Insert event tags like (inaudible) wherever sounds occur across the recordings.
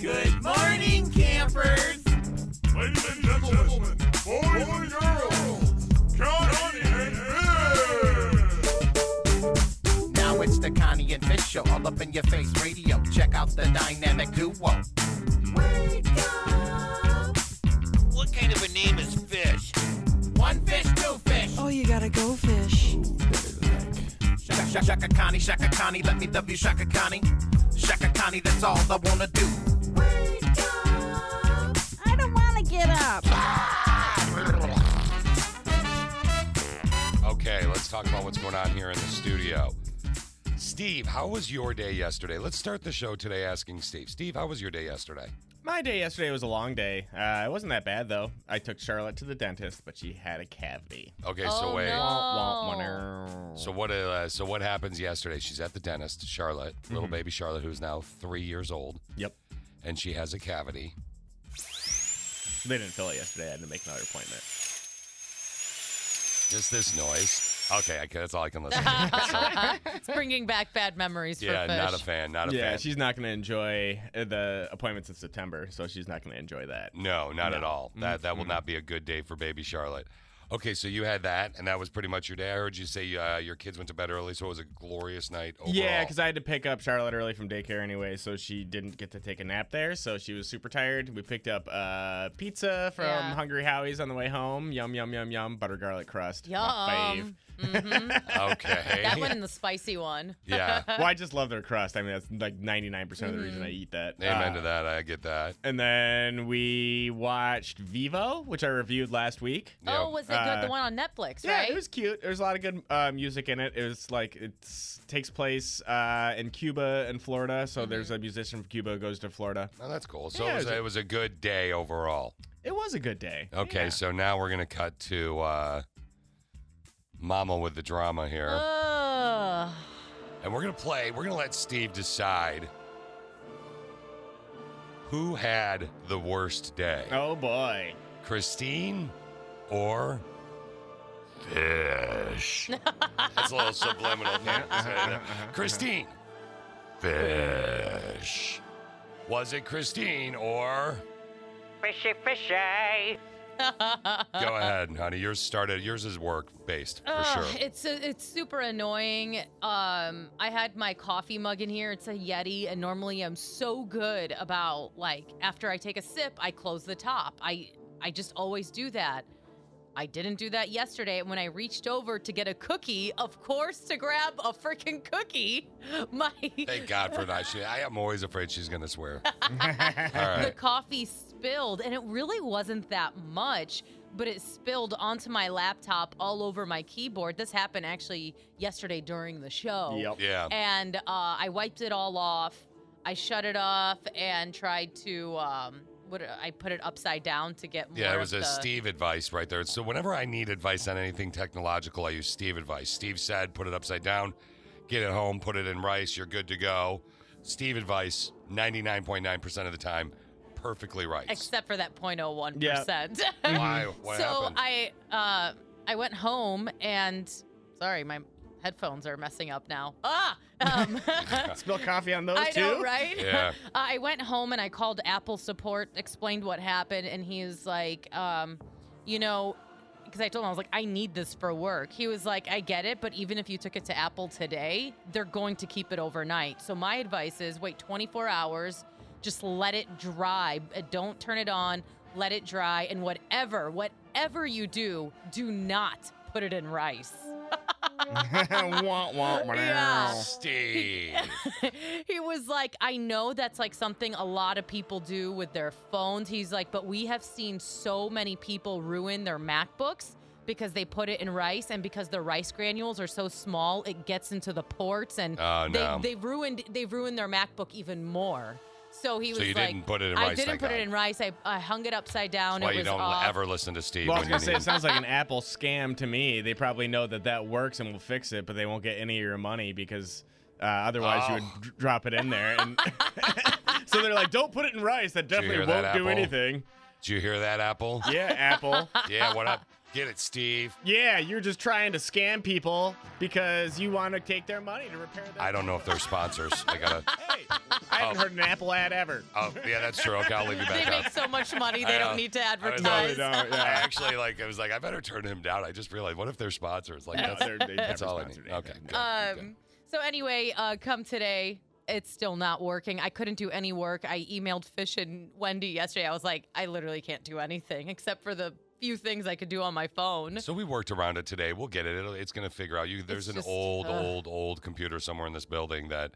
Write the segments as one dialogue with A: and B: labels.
A: Good morning, campers.
B: Ladies and gentlemen, boys and girls, Johnny and Bill!
C: Now it's the Connie and Fish show, all up in your face radio. Check out the dynamic duo.
D: What kind of a name is Fish?
C: One fish, two fish.
E: Oh, you gotta go fish.
C: Shaka, shaka, shaka Connie, Shaka Connie, let me love you, Shaka Connie. Shaka Connie, that's all I wanna do.
F: I don't want to get up.
G: Okay, let's talk about what's going on here in the studio. Steve, how was your day yesterday? Let's start the show today asking Steve. Steve, how was your day yesterday?
H: My day yesterday was a long day. Uh, it wasn't that bad though. I took Charlotte to the dentist, but she had a cavity.
G: Okay,
F: Oh,
G: so wait.
F: no.
I: Oh.
H: Womp womp.
G: So what? Uh, so what happens yesterday? She's at the dentist, Charlotte, little
H: Mm-hmm.
G: baby Charlotte, who's now three years old,
H: Yep.
G: and she has a cavity.
H: They didn't fill it yesterday. I had to make another appointment.
G: Just this noise. Okay, I, can- that's all I
F: (laughs)
G: can listen to.
I: it's bringing back bad memories
G: yeah,
I: for Fish.
G: not a fan. Not a
H: yeah,
G: fan.
H: she's not going to enjoy uh, the appointments in September, so she's not going to enjoy that.
G: No, not at
H: No. Mm-hmm.
G: all. That that will not be a good day for baby Charlotte. Okay, so you had that, and that was pretty much your day. I heard you say uh, your kids went to bed early, so it was a glorious night overall.
H: Yeah, because I (laughs) had to pick up Charlotte early from daycare anyway, so she didn't get to take a nap there. So she was super tired. We picked up uh, pizza from
I: Yeah.
H: Hungry Howie's on the way home. Yum yum yum yum. Butter garlic crust. My fave.
I: Yum. hmm
G: okay.
I: That one and the spicy one.
H: (laughs)
G: yeah,
H: well, I just love their crust. I mean, that's like 99% of the reason I
I: Mm-hmm.
H: eat that.
G: amen
H: Uh,
G: to that. I get that.
H: And then we watched Vivo, which I reviewed last week.
G: Yeah.
I: Oh, was it good?
H: Uh,
I: the one on Netflix,
H: Yeah,
I: right?
H: it was cute. There was a lot of good uh, music in it. It was like it takes place uh, in Cuba and Florida. So
I: Mm-hmm.
H: there's a musician from Cuba who goes to Florida.
G: Oh, that's cool. So
H: Yeah,
G: it,
H: it
G: was,
H: was a-
G: it was a good day overall.
H: It was a good day.
G: Okay, so now we're gonna cut to uh, Mama with the drama here,
H: Uh.
I: Ugh.
G: and we're gonna play. We're gonna let Steve decide who had the worst day.
H: Oh boy.
G: Christine or fish. That's a little (laughs) subliminal thing. to say there. Christine, fish. Was it Christine or?
F: Fishy, fishy.
G: Go ahead, honey. Yours started. Yours is work based for
I: Ugh, (laughs)
G: sure.
I: It's uh, it's super annoying. Um, I had my coffee mug in here. It's a Yeti, and normally I'm so good about like after I take a sip, I close the top. I I just always do that. I didn't do that yesterday. And when I reached over to get a cookie, of course, to grab a freaking cookie, (laughs) my
G: Thank God for that. She, I am always afraid she's gonna swear. All
I: the
G: right.
I: coffee spilled, and it really wasn't that much, but it spilled onto my laptop all over my keyboard. This happened actually yesterday during the show.
H: Yep.
G: Yeah.
I: And uh, I wiped it all off. I shut it off and tried to. Um, what I put it upside down to get more.
G: Yeah, it
I: of
G: was a
I: the-
G: Steve advice right there. So whenever I need advice on anything technological, I use Steve advice. Steve said, put it upside down, get it home, put it in rice, you're good to go. Steve advice, 99.9% of the time, perfectly right.
I: except for that 0.01 percent. (laughs)
G: Why? What
I: so
G: happened?
I: I uh, I went home and sorry, my headphones are messing up now. Ah, um,
G: (laughs)
I: (laughs)
H: Spill coffee on those
I: I
H: two.
I: know, right?
G: Yeah.
I: Uh, (laughs) I went home and I called Apple support, explained what happened, and he was like, um, you know, because I told him I was like, I need this for work. He was like, I get it, but even if you took it to Apple today, they're going to keep it overnight. So my advice is wait 24 hours, just let it dry, Uh, don't turn it on, let it dry, and whatever, whatever you do, do not put it in rice.
H: (laughs) Wah, wah, wah.
I: Yeah. (laughs)
G: Steve.
I: he was like, I know that's like something a lot of people do with their phones. He's like, but we have seen so many people ruin their MacBooks because they put it in rice and because the rice granules are so small, it gets into the ports and
G: Oh, no.
I: they, they've ruined they've ruined their MacBook even more. So he was
G: so you
I: like,
G: didn't put it in
I: I
G: rice.
I: didn't
G: thank
I: put it
G: God.
I: in rice. I, I hung it upside down.
G: That's why
I: it
G: you
I: was
G: don't
I: off. (laughs)
G: ever listen to Steve.
H: Well, I was
G: when
H: gonna
G: you
H: say it
G: need-
H: sounds like
G: (laughs)
H: an Apple scam to me. They probably know that that works and will fix it, but they won't get any of your money because uh, otherwise you
G: Oh.
H: would d- drop it in there. And (laughs) so they're like, don't put it in rice. That
G: you hear
H: definitely
G: that,
H: won't do
G: Apple?
H: anything.
G: Did you hear that, Apple?
H: Yeah,
G: (laughs)
H: Apple.
G: yeah, what up? Get it, Steve.
H: Yeah, you're just trying to scam people because you want to take their money to repair their.
G: I don't know if they're sponsors. I gotta.
H: Hey, I haven't
G: Oh.
H: heard an Apple ad ever.
G: Oh, yeah, that's true. Okay, I'll leave you
I: They
G: back up.
I: make so much money
G: I
I: they
G: know.
I: don't need to
G: I was-
I: advertise.
G: No, they
H: don't,
G: I
H: yeah.
G: actually like. I was like, I better turn him down. I just realized, what if they're sponsors? Like,
H: No,
G: that's,
H: they're- they've
G: that's
H: never
G: all I need.
H: sponsored
G: Okay.
H: anything.
G: good,
I: Um,
G: good.
I: So anyway, uh, come today, it's still not working. I couldn't do any work. I emailed Fish and Wendy yesterday. I was like, I literally can't do anything except for the few things I could do on my phone.
G: So we worked around it today. We'll get it. It'll, it's going to figure out. You, there's an
I: just,
G: old,
H: uh,
I: ugh.
G: old, old computer somewhere in this building that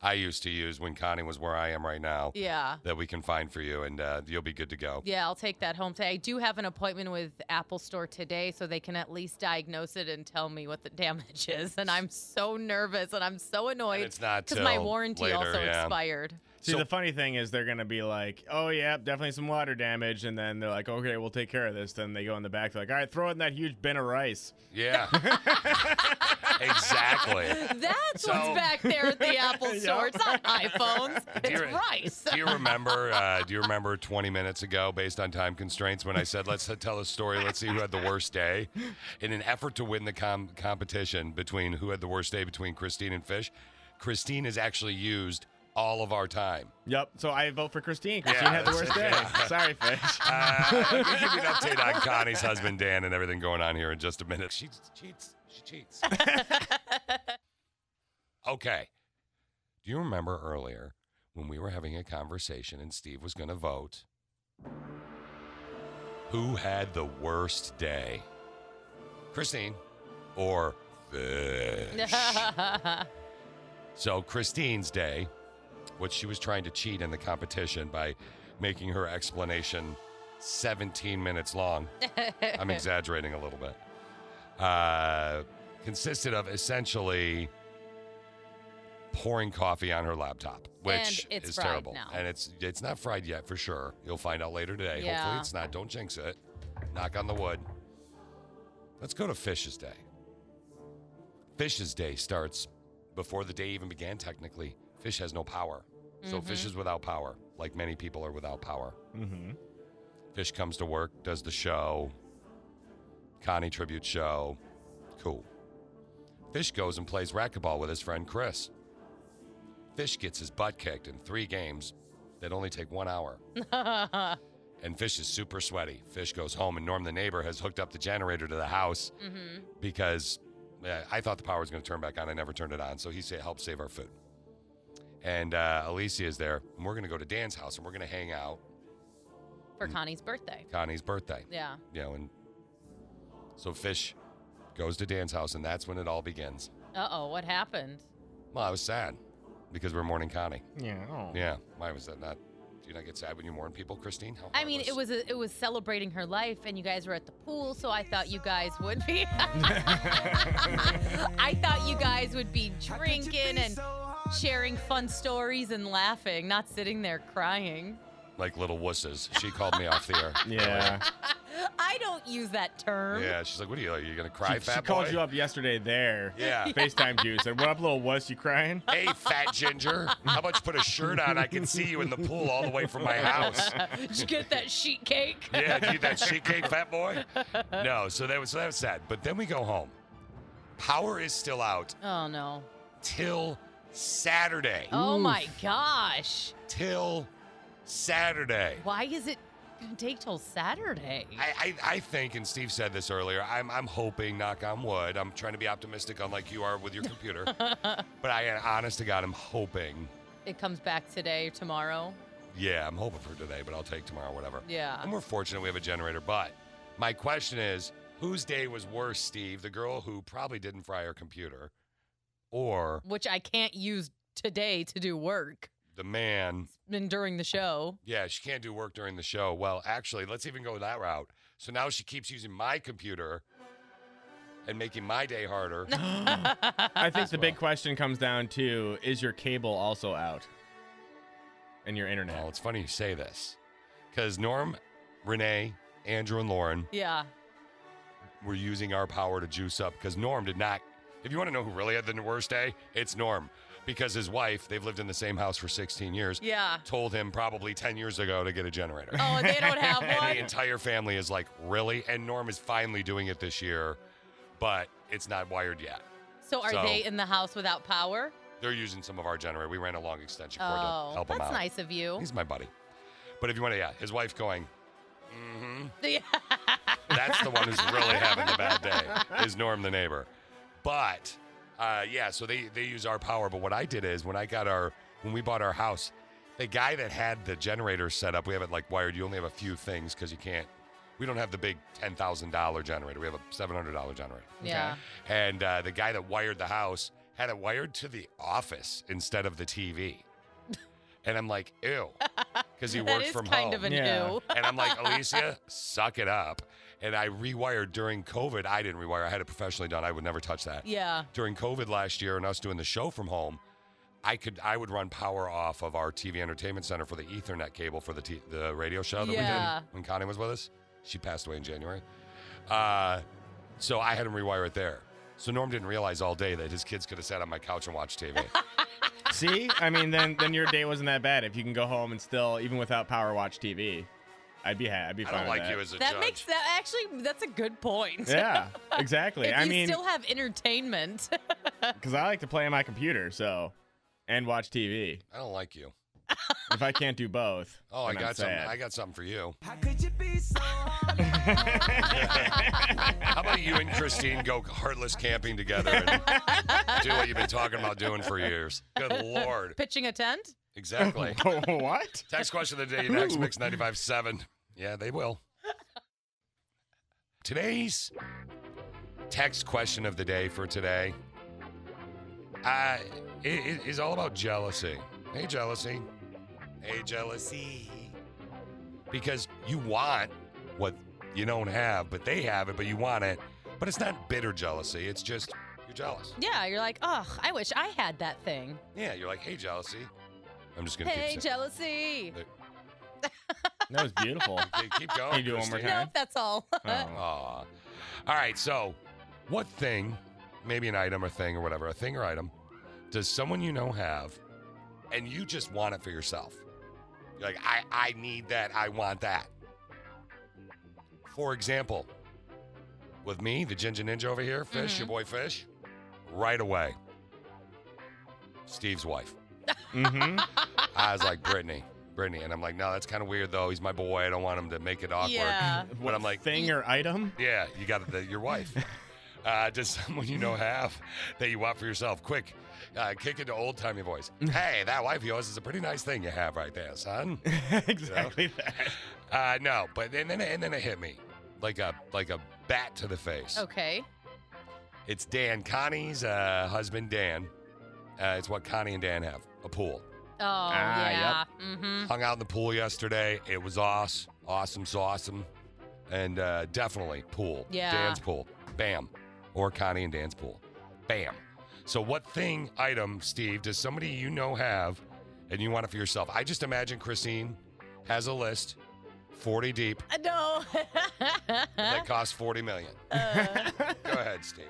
G: I used to use when Connie was where I am right now.
I: yeah.
G: That we can find for you, and uh, you'll be good to go.
I: Yeah, I'll take that home today. I do have an appointment with Apple Store today, so they can at least diagnose it and tell me what
G: (laughs)
I: the damage is. And I'm so nervous and I'm so
G: And
I: annoyed
G: it's not
I: because my
G: till
I: warranty
G: later,
I: also
G: yeah. (laughs)
I: expired.
H: See,
G: So-
H: the funny thing is they're gonna be like, "Oh yeah, definitely some water damage," and then they're like, "Okay, we'll take care of this." Then they go in the back, they're like, "All right, throw in that huge bin of rice." (laughs)
G: Yeah. exactly.
I: That's
G: So-
I: what's back there
G: (laughs)
I: at the Apple
H: Yeah.
I: Store. It's not iPhones. It's
G: Dear-
I: (laughs) rice.
G: Do you remember? Uh, do you remember 20 minutes ago, based on time constraints, when I said, "Let's uh, tell a story. Let's see who had the worst day," in an effort to win the com- competition between who had the worst day between Christine and Fish? Christine has actually used all of our time.
H: Yep. So I vote for Christine. Christine had the
G: that's-
H: worst day.
G: (laughs)
H: Sorry, fish.
G: Uh, I'll give you an update on Connie's husband Dan and everything going on here in just a minute. She cheats. She cheats. okay. Do you remember earlier when we were having a conversation and Steve was going to vote? Who had the worst day? Christine or
I: (laughs)
G: Fish? So Christine's day, which she was trying to cheat in the competition by making her explanation 17 minutes
I: (laughs)
G: long. I'm exaggerating a little bit. Uh, consisted of essentially pouring coffee on her laptop, which
I: And it's
G: is
I: fried
G: terrible.
I: now.
G: And it's it's not fried yet for sure. You'll find out later today. Hopefully
I: Yeah.
G: it's not. Don't jinx it. Knock on the wood. Let's go to Fish's Day. Fish's Day starts before the day even began, technically. Fish has no power. So Fish is without power, like many people are without power.
H: Mm-hmm.
G: Fish comes to work, does the show, Connie tribute show. Cool. Fish goes and plays racquetball with his friend Chris. Fish gets his butt kicked in three games that only take one hour. and Fish is super sweaty. Fish goes home, and Norm, the neighbor, has hooked up the generator to the house because uh, I thought the power was going to turn back on. I never turned it on. So he sa- helped save our food. And uh, Alicia is there. And we're going to go to Dan's house and we're going to hang out
I: For Connie's birthday.
G: Connie's birthday
I: Yeah.
G: you know, and so Fish goes to Dan's house, and that's when it all begins.
I: Uh oh, what happened?
G: Well, I was sad because we're mourning Connie.
H: Yeah. oh.
G: Yeah, why was that not? Do you not get sad when you mourn people, Christine? How
I: I mean,
G: heartless.
I: it was a, it was celebrating her life, and you guys were at the pool, so I thought you guys would be. (laughs) I thought you guys would be drinking and sharing fun stories and laughing, not sitting there crying.
G: like little wusses. She called me off the
I: (laughs)
G: air.
H: Yeah.
I: I don't use that term.
G: Yeah, she's like, "What are you? Are you gonna cry,
H: She,
G: fat
H: she called
G: boy?"
H: you up yesterday there. (laughs)
G: Yeah.
H: FaceTime you. Said, "What up, little wuss? You crying?"
G: (laughs) Hey, fat ginger, how about you put a shirt on? I can see you in the pool all the way from my
I: (laughs)
G: house.
I: (laughs) Did you get that sheet cake?
G: yeah, do you that sheet cake, fat boy? No, so that was so that was sad. But then we go home. Power is still out
I: Oh no.
G: till Saturday.
I: Oh my gosh.
G: till Saturday.
I: Why is it gonna take till Saturday?
G: I, I, I think, and Steve said this earlier, I'm, I'm hoping, knock on wood, I'm trying to be optimistic, unlike you are with your computer. but I, honest to God, I'm hoping.
I: it comes back today, tomorrow.
G: Yeah, I'm hoping for today, but I'll take tomorrow, whatever.
I: Yeah.
G: And we're fortunate we have a generator. But my question is whose day was worse, Steve? The girl who probably didn't fry her computer, or
I: Which I can't use today to do work
G: the man
I: and during the show.
G: Yeah, she can't do work during the show. Well, actually, let's even go that route. So now she keeps using my computer and making my day harder.
H: I think the big question comes down to: Is your cable also out? And your internet.
G: well, it's funny you say this because Norm, Renee, Andrew, and Lauren
I: Yeah.
G: were using our power to juice up because Norm did not. If you want to know who really had the worst day, it's Norm. because his wife, they've lived in the same house for 16 years,
I: Yeah.
G: told him probably 10 years ago to get a
I: (laughs)
G: generator.
I: Oh, and
G: (laughs)
I: they don't have
G: and the
I: one.
G: entire family is like, really? And Norm is finally doing it this year, but it's not wired yet.
I: So are
G: So-
I: they in the house without power?
G: They're using some of our generator. We ran a long extension cord
I: Oh,
G: to help him
I: that's
G: out.
I: nice of you.
G: He's my buddy. But if you want to, yeah, his wife going, mm-hmm.
I: (laughs) Yeah.
G: That's the one who's really having the bad day. Is Norm the neighbor? But uh, yeah, so they they use our power. But what I did is when I got our when we bought our house, the guy that had the generator set up, we have it like wired. You only have a few things because you can't. We don't have the big ten thousand dollar generator. We have a seven hundred dollar generator.
I: Yeah.
G: And uh, the guy that wired the house had it wired to the office instead of the TV. And I'm like, ew, because he
I: (laughs) that
G: worked
I: is
G: from
I: kind
G: home
I: of an
H: Yeah.
I: ew.
G: and I'm like, Alicia, suck it up. And I rewired during COVID. I didn't rewire. I had it professionally done. I would never touch that.
I: Yeah.
G: During COVID last year, and us doing the show from home, I could I would run power off of our TV entertainment center for the Ethernet cable for the t- the radio show that
I: Yeah.
G: we did when Connie was with us. She passed away in January. Uh, so I had him rewire it there. So Norm didn't realize all day that his kids could have sat on my couch and
H: (laughs)
G: watched TV.
H: See, I mean, then then your day wasn't that bad if you can go home and still, even without power, watch TV. I'd be ha- I'd be
G: I
H: fine.
G: don't
H: with
G: like
H: that.
G: you as a
I: That
G: judge.
I: makes that actually that's a good
H: (laughs)
I: point.
H: Yeah, exactly.
I: If
H: I
I: you
H: mean,
I: still have entertainment. (laughs)
H: because I like to play on my computer, so and watch TV.
G: I don't like you.
H: If I can't do both,
G: Oh, I
H: then I'm
G: got something.
H: sad.
G: I got something for you.
A: How could you be so hard?
G: How about you and Christine go heartless camping together and do what you've been talking about doing for years? Good lord.
I: Pitching a tent?
H: (laughs)
G: Exactly.
H: Oh, what?
G: Text question of
H: (laughs)
G: the day next Mix 95.7. Yeah, they will. Today's text question of the day for today uh, it, it is all about jealousy. Hey, jealousy. Hey, jealousy. Because you want what you don't have, but they have it, but you want it. But it's not bitter jealousy. It's just you're jealous.
I: Yeah, you're like, oh, I wish I had that thing.
G: Yeah, you're like, hey, jealousy. I'm just gonna
I: Hey,
G: keep, saying-
I: jealousy.
H: That was
G: (laughs)
H: beautiful.
G: Okay, keep going.
H: Can you do it one more
G: Christine.
H: Okay.
I: Nope, that's all. (laughs)
H: Oh.
G: Aw. All right, so what thing, maybe an item or thing or whatever, a thing or item, does someone you know have and you just want it for yourself? You're like, I, I need that. I want that. For example, with me, the Ginger Ninja over here, Fish, your boy Fish, right away. Steve's wife.
H: Mm-hmm.
G: I was like, Brittany, Brittany. And I'm like, no, that's kind of weird though. He's my boy. I don't want him to make it awkward. (laughs)
I: Yeah.
G: But I'm like,
H: thing or item? (laughs)
G: yeah, you got it. the- Your wife. Uh, does someone you know have that you want for yourself? Quick, uh, kick into old timey voice. Hey, that wife of yours is a pretty nice thing you have right there, son.
H: exactly that. (laughs)
G: Uh, no, but and then and then it hit me like a like a bat to the face.
I: okay.
G: It's Dan Connie's uh, husband, Dan. Uh, it's what Connie and Dan have a pool.
I: Oh, yeah.
H: Ah,
I: Mm-hmm.
G: Hung out in the pool yesterday. It was awesome, awesome, so awesome, and uh, definitely pool.
I: Yeah.
G: Dan's pool. Bam, or Connie and Dan's pool. Bam. So, what thing, item, Steve, does somebody you know have, and you want it for yourself? I just imagine Christine has a list, forty deep,
I: Mm-hmm. No.
G: (laughs) that costs forty million.
H: (laughs)
I: Uh,
G: Go ahead, Steve.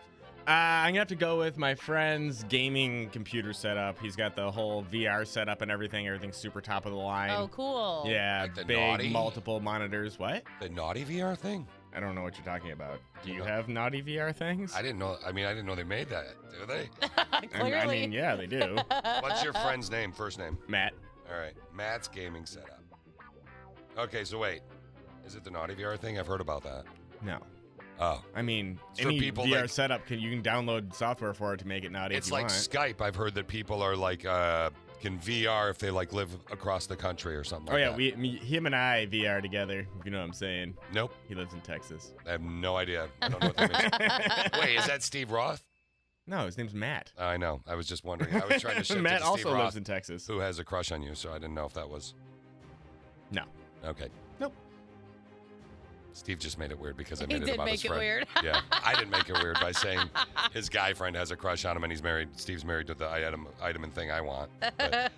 H: Uh, I'm gonna have to go with my friend's gaming computer setup. He's got the whole VR setup and everything. Everything's super top of the line.
I: oh, cool. (laughs)
H: Yeah,
G: Like the
H: big
G: naughty?
H: multiple monitors. What?
G: The naughty VR thing?
H: I don't know what you're talking about. Do you have naughty VR things?
G: I didn't know. I mean, I didn't know they made that. Do they?
H: I mean-
I: Clearly.
H: I mean, yeah, they do.
G: What's
I: (laughs)
G: your friend's name? First name.
H: Matt.
G: All right, Matt's gaming setup. Okay, so wait, is it the naughty VR thing? I've heard about that.
H: No.
G: Oh,
H: I mean,
G: It's for
H: any
G: people
H: VR
G: like-
H: setup can you can download software for it to make it naughty
G: it's
H: if you
G: like
H: want.
G: Skype. I've heard that people are like uh, can VR if they like live across the country or something.
H: oh
G: like
H: yeah,
G: that.
H: we me, him and I VR together. If you know what I'm saying.
G: Nope,
H: He lives in Texas.
G: (laughs) I have no idea. I don't know what that (laughs) means. wait, is that Steve Roth?
H: (laughs) No, his name's Matt.
G: I know. I was just wondering. I was trying to
H: (laughs)
G: shift it
H: Matt
G: to
H: also
G: Steve
H: lives
G: Roth,
H: in Texas.
G: who has a crush on you, so I didn't know if that was
H: No.
G: okay.
H: Nope.
G: Steve just made it weird because I
I: He
G: made it
I: did
G: about his
I: make it
G: friend.
I: weird.
G: (laughs) yeah, I didn't make it weird
I: (laughs)
G: by saying his guy friend has a crush on him and he's married. Steve's married to the item,
I: (laughs)
G: item and thing I want. But-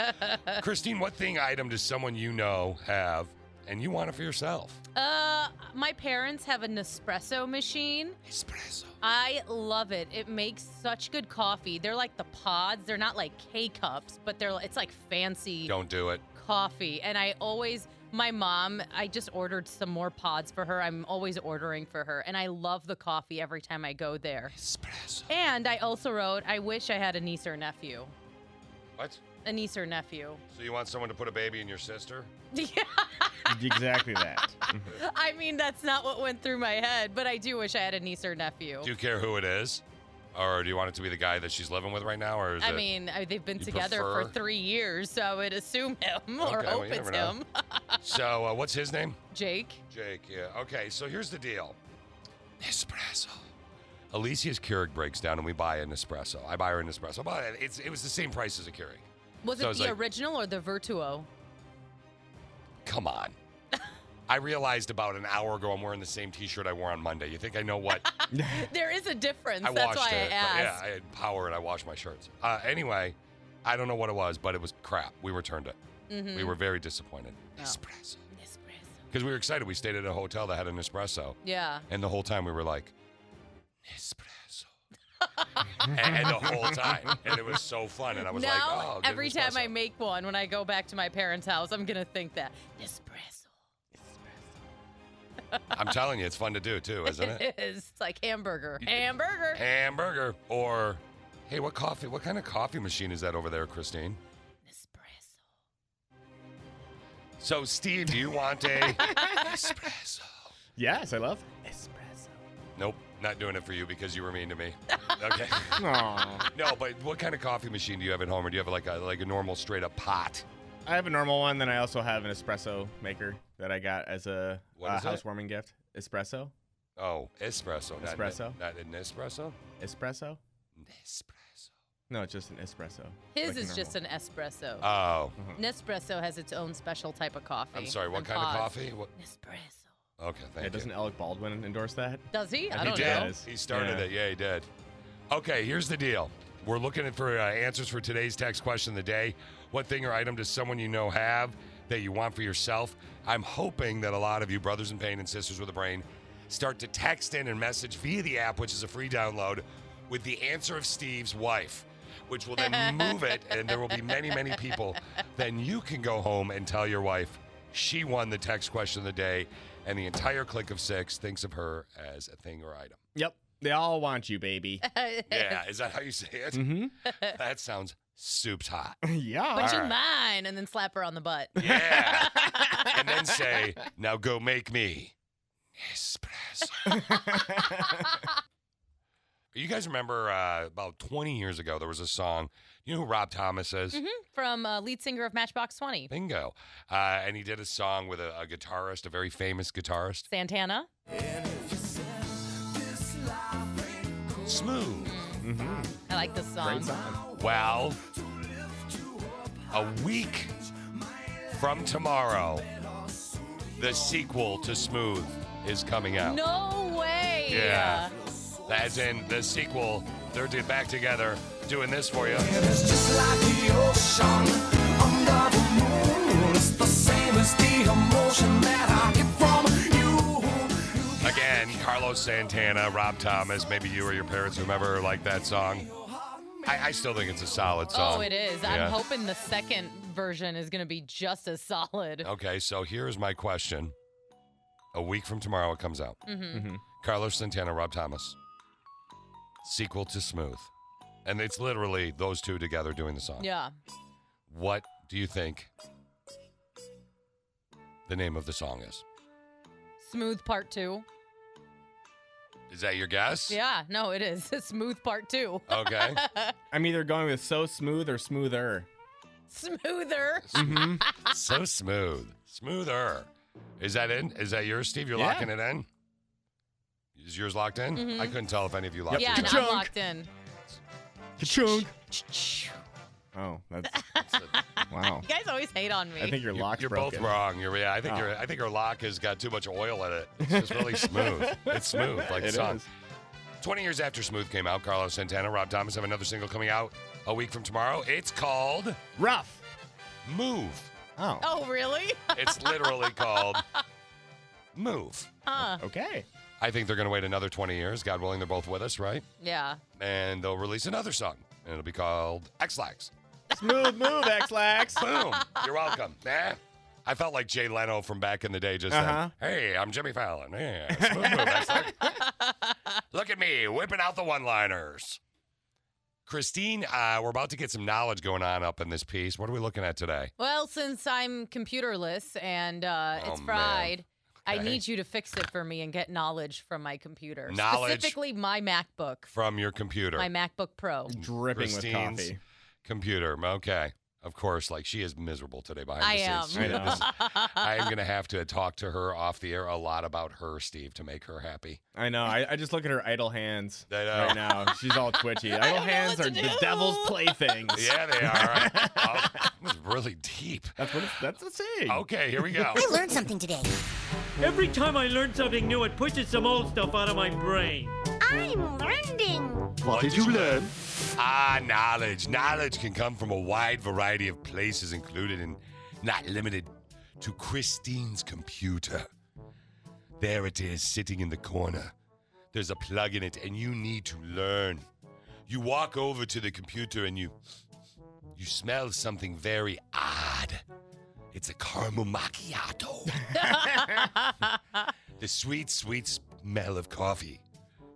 G: Christine, what thing, item does someone you know have and you want it for yourself.
I: Uh, my parents have an Nespresso machine.
G: Espresso.
I: I love it. It makes such good coffee. They're like the pods. They're not like K cups, but they're it's like fancy
G: Don't do it.
I: coffee. And I always my mom, I just ordered some more pods for her. I'm always ordering for her, and I love the coffee every time I go there.
G: Espresso.
I: And I also wrote, I wish I had a niece or nephew.
G: What?
I: A niece or nephew. (laughs)
G: So you want someone to put a baby in your sister?
I: Yeah.
H: exactly that. (laughs)
I: I mean, that's not what went through my head, but I do wish I had a niece or nephew.
G: Do you care who it is? Or do you want it to be the guy that she's living with right now? Or is
I: I
G: it
I: mean, I, they've been
G: You
I: together
G: prefer-
I: for three years, so I would assume him or
G: Okay, well,
I: hope
G: you
I: it's
G: never know.
I: him. (laughs)
G: so? Uh, what's his name?
I: Jake.
G: Jake. Yeah. Okay. So here's the deal. Nespresso. Alicia's Keurig breaks down, and we buy an espresso. I buy her an espresso, but it's it was the same price as a Keurig.
I: Was
G: So
I: it
G: it's
I: the
G: like-
I: original or the Virtuo? (laughs)
G: Come on. I realized about an hour ago I'm wearing the same T-shirt I wore on Monday. You think I know
I: (laughs)
G: what?
I: There is a difference.
G: I
I: That's
G: washed
I: why
G: it.
I: I
G: but
I: asked.
G: yeah, I had power and I washed my shirts. Uh, anyway, I don't know what it was, but it was crap. We returned it.
I: Mm.
G: We
I: Mm-hmm.
G: were very disappointed.
I: Oh.
G: Espresso.
I: Nespresso.
G: Because we were excited. We stayed at a hotel that had an espresso.
I: Yeah.
G: And the whole time we were like, Nespresso. and, and the whole time. And it was so fun. And I was
I: now,
G: like, oh, get an
I: every time I
G: espresso."
I: make one, when I go back to my parents' house, I'm going to think that. Nespresso.
G: I'm telling you, it's fun to do too, isn't it?
I: (laughs) It is. It's like hamburger. Hamburger.
G: Hamburger. Or, hey, what coffee? What kind of coffee machine is that over there, Christine?
I: Nespresso.
G: So, Steve, do you want a
I: (laughs)
G: espresso?
H: yes, I love espresso.
G: Nope, not doing it for you because you were mean to me. Okay.
H: (laughs) Aw.
G: no, but what kind of coffee machine do you have at home, or do you have like a like a normal straight up pot?
H: I have a normal one, then I also have an espresso maker that I got as a
G: What
H: uh,
G: is it?
H: housewarming gift. Espresso,
G: Oh, espresso. Not,
H: Espresso?
G: Not an espresso.
H: espresso.
G: Nespresso.
H: No, it's just an espresso.
I: His
H: Like a
I: is just
H: normal.
I: an espresso.
G: Oh,
I: Nespresso has its own special type of coffee.
G: I'm sorry. What
I: and
G: kind
I: pods.
G: of coffee? What?
I: Nespresso.
G: Okay, thank
H: Yeah,
G: you.
H: doesn't Alec Baldwin endorse that?
I: Does he? I
H: He
G: He
I: don't
G: did.
I: know. (laughs)
H: does.
G: He started
H: Yeah.
G: it. Yeah, he did. Okay, here's the deal. We're looking for uh, answers for today's text question of the day. What thing or item does someone you know have that you want for yourself? I'm hoping that a lot of you, brothers in pain and sisters with a brain, start to text in and message via the app, which is a free download, with the answer of Steve's wife, which will then move it, and there will be many, many people. Then you can go home and tell your wife she won the text question of the day, and the entire clique of six thinks of her as a thing or item.
H: Yep, they all want you,
I: (laughs)
H: baby.
G: Yeah, is that how you say it?
H: mm-hmm.
G: That sounds soup's hot.
H: (laughs) yeah.
I: But you
G: right.
I: mine, and then slap her on the butt.
G: Yeah. (laughs) and then say, now go make me espresso. you guys remember uh, about 20 years ago, there was a song. You know who Rob Thomas is?
I: (laughs) From uh, lead singer of Matchbox 20,
G: Bingo. Uh, and he did a song with a, a guitarist, a very famous guitarist.
I: Santana.
G: Smooth.
I: I like this song.
H: Great song.
G: Well, a week from tomorrow, the sequel to Smooth is coming out.
I: No way.
G: Yeah. As in the sequel, they're d- back together doing this for you. Again, Carlos Santana, Rob Thomas, maybe you or your parents, whomever like that song. I, I still think it's a solid song.
I: Oh, it is.
G: Yeah.
I: I'm hoping the second version is going to be just as solid.
G: Okay, so here's my question. A week from tomorrow, it comes out. Mm-hmm. Carlos Santana, Rob Thomas, sequel to Smooth, and it's literally those two together doing the song.
I: Yeah.
G: What do you think the name of the song is?
I: Smooth Part 2.
G: Is that your guess?
I: Yeah, no, it is. (laughs) Smooth Part 2.
G: Okay.
H: I'm either going with so smooth or smoother.
I: Smoother.
G: so smooth, smoother. Is that in? Is that yours, Steve? You're
H: Yeah.
G: locking it in. Is yours locked in? I couldn't tell if any of you locked
I: Yeah,
G: it.
I: and I'm
H: Junk.
I: locked in.
H: Chunk. (laughs) Oh, that's
I: (laughs)
H: wow.
I: You guys always hate on me.
H: I think your
G: You-
H: lock's
G: You're
H: broken.
G: both
H: (laughs)
G: wrong. You're yeah. I think
H: Oh.
G: your I think your lock has got too much oil in
H: (laughs)
G: it. It's just really smooth. It's smooth like
H: It
G: song.
H: is.
G: Twenty years after Smooth came out, Carlos Santana, Rob Thomas have another single coming out a week from tomorrow. It's called
H: Rough.
G: Move.
H: Oh.
I: Oh, really? (laughs)
G: It's
H: (laughs)
G: literally called Move.
I: Huh.
H: Okay.
G: I think they're going to wait another 20 years. God willing, they're both with us, right?
I: Yeah.
G: And they'll release another song, and it'll be called X-Lax.
H: Smooth move, X-Lax.
G: Boom. You're welcome. Eh? I felt like Jay Leno from back in the day just
H: Uh-huh.
G: then. Hey, I'm Jimmy Fallon. Yeah, smooth move, X-Lax. Look at me whipping out the one-liners. Christine, uh, we're about to get some knowledge going on up in this piece. What are we looking at today?
I: Well, since I'm computerless and uh,
G: Oh,
I: it's
G: man.
I: fried, I
G: Okay.
I: need you to fix it for me and get knowledge from my computer.
G: Knowledge.
I: Specifically, my MacBook,
G: From your computer.
I: my MacBook
G: (laughs)
I: Pro.
H: Dripping
G: Christine's
H: with coffee.
G: computer. Okay. Of course, like she is miserable today behind
I: I
G: the (laughs)
I: am.
G: scenes. She
H: I know.
G: is- I am going to have to talk to her off the air a lot about her, Steve, to make her happy.
H: I know. I, I just look at her idle hands
G: I know.
H: right now. She's all (laughs) twitchy. Idle
I: know
H: hands
I: what
H: are
I: to
H: the
I: do.
H: devil's playthings.
G: Yeah, they are. (laughs) Oh, that was really deep.
H: That's what. It's, that's the saying.
G: Okay, here we go.
E: I learned something today.
J: Every time I learn something new, it pushes some old stuff out of my brain.
E: I'm learning.
G: What did you learn? Ah, knowledge. Knowledge can come from a wide variety of places, included and not limited to Christine's computer. There it is, sitting in the corner. There's a plug in it, and you need to learn. You walk over to the computer and you you smell something very odd. It's a caramel macchiato. the sweet, sweet smell of coffee.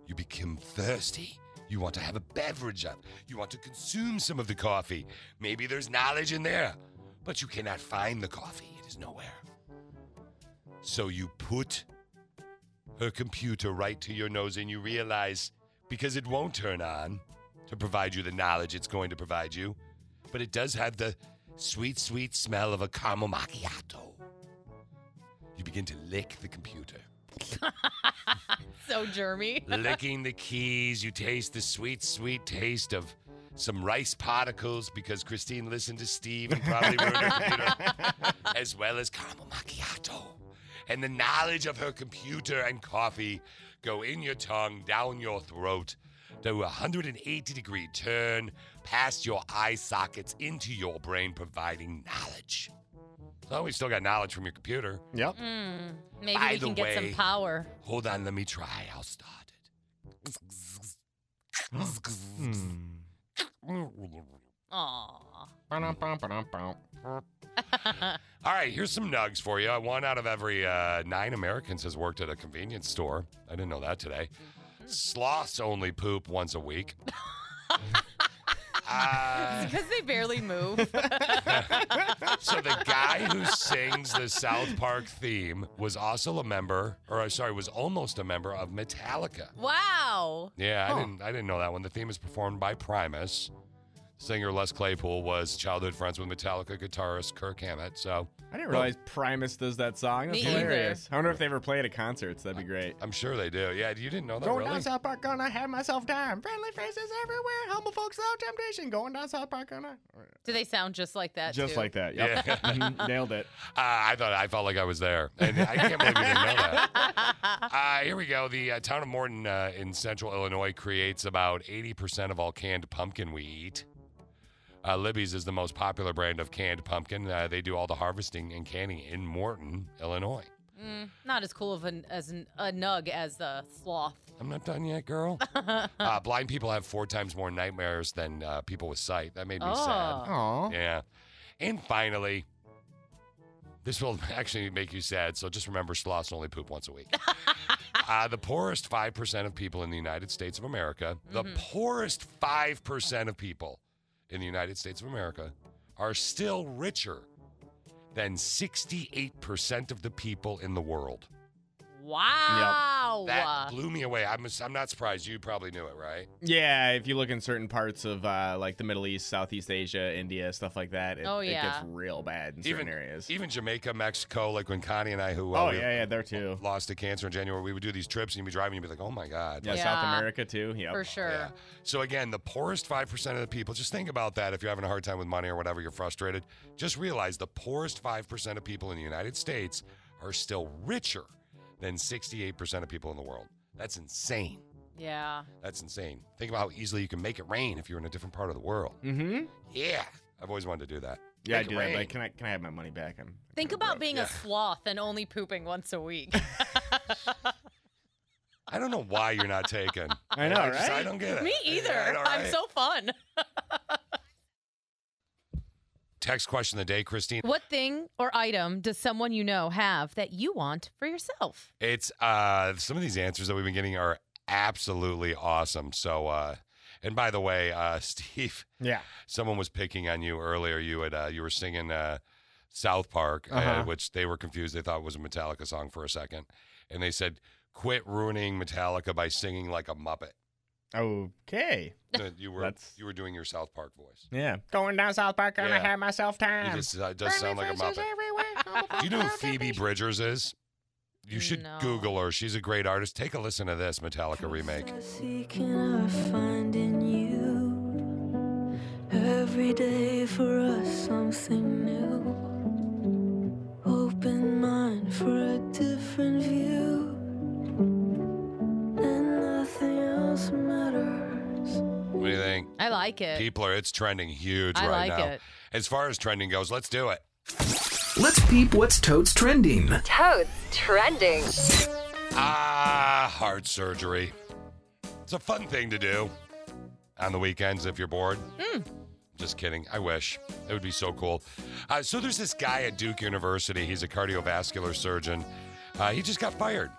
G: You become thirsty. You want to have a beverage up. You want to consume some of the coffee. Maybe there's knowledge in there, but you cannot find the coffee. It is nowhere. So you put her computer right to your nose and you realize because it won't turn on to provide you the knowledge it's going to provide you, but it does have the sweet, sweet smell of a caramel macchiato. You begin to lick the computer.
I: so germy.
G: licking the keys. You taste the sweet, sweet taste of some rice particles because Christine listened to Steve and probably ruined her computer, as well as caramel macchiato. And the knowledge of her computer and coffee go in your tongue, down your throat, to a 180 degree turn, past your eye sockets, into your brain, providing knowledge. So we still got knowledge from your computer.
H: Yep.
I: Mm, maybe
G: By
I: we
G: the
I: can get
G: way-
I: some power.
G: Hold on, let me try. I'll start it.
I: Aw.
G: All right, here's some nugs for you. One out of every uh, nine Americans has worked at a convenience store. I didn't know that today. Sloths only poop once a week. Uh,
I: Because they barely move.
G: so the guy who sings the South Park theme was also a member, or uh, sorry, was almost a member of Metallica.
I: (laughs) wow.
G: Yeah, I didn't I didn't know that one. The theme is performed by Primus. Singer Les Claypool was childhood friends with Metallica guitarist Kirk Hammett. So
H: I didn't realize Primus does that song. That's
I: Me either.
H: hilarious. I wonder if they ever play it at concerts. That'd be great.
G: I'm sure they do. Yeah, you didn't know that
H: Going
G: really?
H: down South Park, gonna have myself time. Friendly faces everywhere. Humble folks, loud temptation. Going down South Park, gonna.
I: Do they sound just like that?
H: Just
I: too?
H: like that.
G: Yeah.
H: Yep. (laughs) Mhm. Nailed it.
G: Uh, I thought I felt like I was there, and I can't believe you didn't know that. (laughs) Uh, here we go. The uh, town of Morton uh, in central Illinois creates about eighty percent of all canned pumpkin we eat. Uh, Libby's is the most popular brand of canned pumpkin. Uh, they do all the harvesting and canning in Morton, Illinois.
I: Mm, not as cool of an as an, a nug as the sloth.
G: I'm not done yet, girl. uh, blind people have four times more nightmares than uh, people with sight. That made me sad.
I: Oh.
H: Aw.
G: Yeah. And finally, this will (laughs) actually make you sad. So just remember, sloths only poop once a week. uh, the poorest 5% of people in the United States of America, the poorest 5% of people in the United States of America are still richer than 68% of the people in the world.
I: Wow.
G: That blew me away. I'm, I'm not surprised. You probably knew it, right?
H: Yeah, if you look in certain parts of uh, like the Middle East, Southeast Asia, India, stuff like that, it,
I: Oh,
H: it
I: yeah.
H: gets real bad in certain areas.
G: even Jamaica, Mexico, like when Connie and I, who uh,
H: oh
G: we-
H: yeah, yeah, there too.
G: lost to cancer in January, we would do these trips and you'd be driving, you'd be like, oh my God.
H: Yeah,
G: Like,
H: South
I: Yeah.
H: America too. Yep.
I: for sure.
G: yeah. So again, the poorest 5% of the people, just think about that. If you're having a hard time with money or whatever, you're frustrated, just realize the poorest 5% of people in the United States are still richer than 68% of people in the world. That's insane.
I: Yeah.
G: That's insane. Think about how easily you can make it rain if you're in a different part of the world.
H: Mm-hmm.
G: Yeah. I've always wanted to do that.
H: Yeah, I
D: Make it
H: do that.
D: rain.
H: Like, can I can I have my money back? I'm
I: Think about being
G: yeah.
I: a sloth and only pooping once a
G: (laughs)
I: week. (laughs)
G: I don't know why you're not taken.
H: (laughs) I know,
G: just- I
H: right?
G: don't get it.
I: Me
G: Yeah,
I: either.
G: I know,
I: I'm
G: right?
I: so fun.
G: Text question of the day, Christine.
I: What thing or item does someone you know have that you want for yourself?
G: It's uh some of these answers that we've been getting are absolutely awesome. So uh and by the way, uh (laughs) Steve,
H: Yeah.
G: someone was picking on you earlier. You had uh, you were singing uh South Park, uh
H: Uh-huh.
G: which they were confused. They thought was a Metallica song for a second. And they said, "Quit ruining Metallica by singing like
H: (laughs)
G: a muppet."
H: Okay.
G: Uh, you were
H: That's-
G: you were doing your South Park voice.
H: Yeah. Going down South Park, gonna
G: Yeah.
H: have myself time.
G: You just uh, does sound like a muppet. (laughs) Do you know who Phoebe Bridgers is? You should
I: No.
G: Google her. She's a great artist. Take a listen to this Metallica remake.
A: Seeking I find in you. Every day for us something new. Open mind for a different view. And nothing else matters.
G: What do you think?
I: I like it.
G: People are, it's trending huge
I: I
G: right
I: like
G: now.
I: it.
G: As far as trending goes, let's do it.
K: Let's peep what's totes trending.
L: Toads trending.
G: Ah, heart surgery. It's a fun thing to do on the weekends if you're bored. Just kidding. I wish. It would be so cool. Uh, so there's this guy at Duke University. He's a cardiovascular surgeon. Uh, he just got fired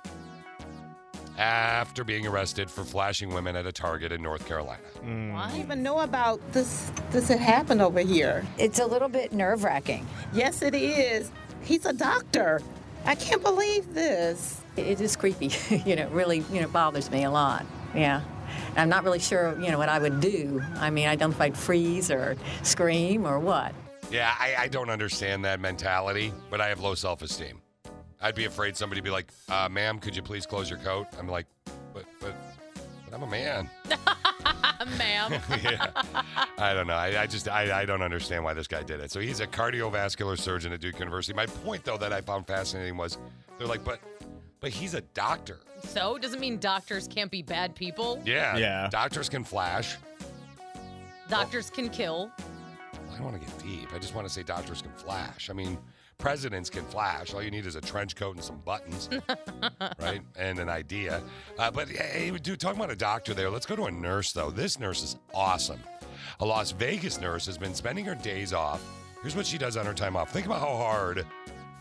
G: after being arrested for flashing women at a Target in North Carolina.
M: I didn't even know about this. This had happened over here. It's a little bit nerve wracking. Yes, it is. He's a doctor. I can't believe this.
L: It is creepy. (laughs) you know, it really, you know, bothers me a lot. Yeah. And I'm not really sure, you know, what I would do. I mean, I don't know if I'd freeze or scream or what.
G: Yeah, I, I don't understand that mentality, but I have low self esteem. I'd be afraid somebody would be like, uh, ma'am, could you please close your coat? I'm like, but, but, but I'm a man.
I: Uh, Ma'am.
G: (laughs) yeah. I don't know. I, I just, I, I don't understand why this guy did it. So he's a cardiovascular surgeon at Duke University. My point, though, that I found fascinating was they're like, but, but he's a doctor.
I: So doesn't mean doctors can't be bad people.
G: Yeah.
H: Yeah.
G: Doctors can flash.
I: Doctors can kill.
G: I don't want to get deep. I just want to say doctors can flash. I mean, presidents can flash. All you need is a trench coat and some
I: (laughs)
G: buttons, right? And an idea. Uh, but hey, dude, talking about a doctor there, let's go to a nurse, though. This nurse is awesome. A Las Vegas nurse has been spending her days off. Here's what she does on her time off. Think about how hard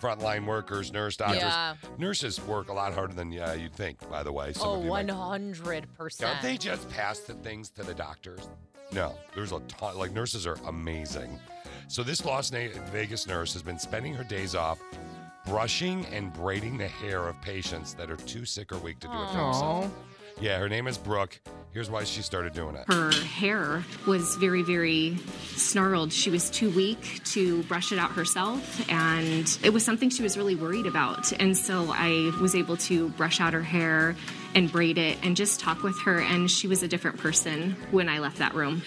G: frontline workers, nurse, doctors,
I: Yeah.
G: nurses work a lot harder than uh, you'd think, by the way. Some
I: oh,
G: of you might-
I: one hundred percent.
G: don't they just pass the things to the doctors? No, there's a ton. Like nurses are amazing. So this Las Na- Vegas nurse has been spending her days off brushing and braiding the hair of patients that are too sick or weak to do it themselves. Yeah, her name is Brooke. Here's why she started doing it.
N: Her hair was very, very snarled. She was too weak to brush it out herself, and it was something she was really worried about. And so I was able to brush out her hair and braid it and just talk with her, and she was a different person when I left that room.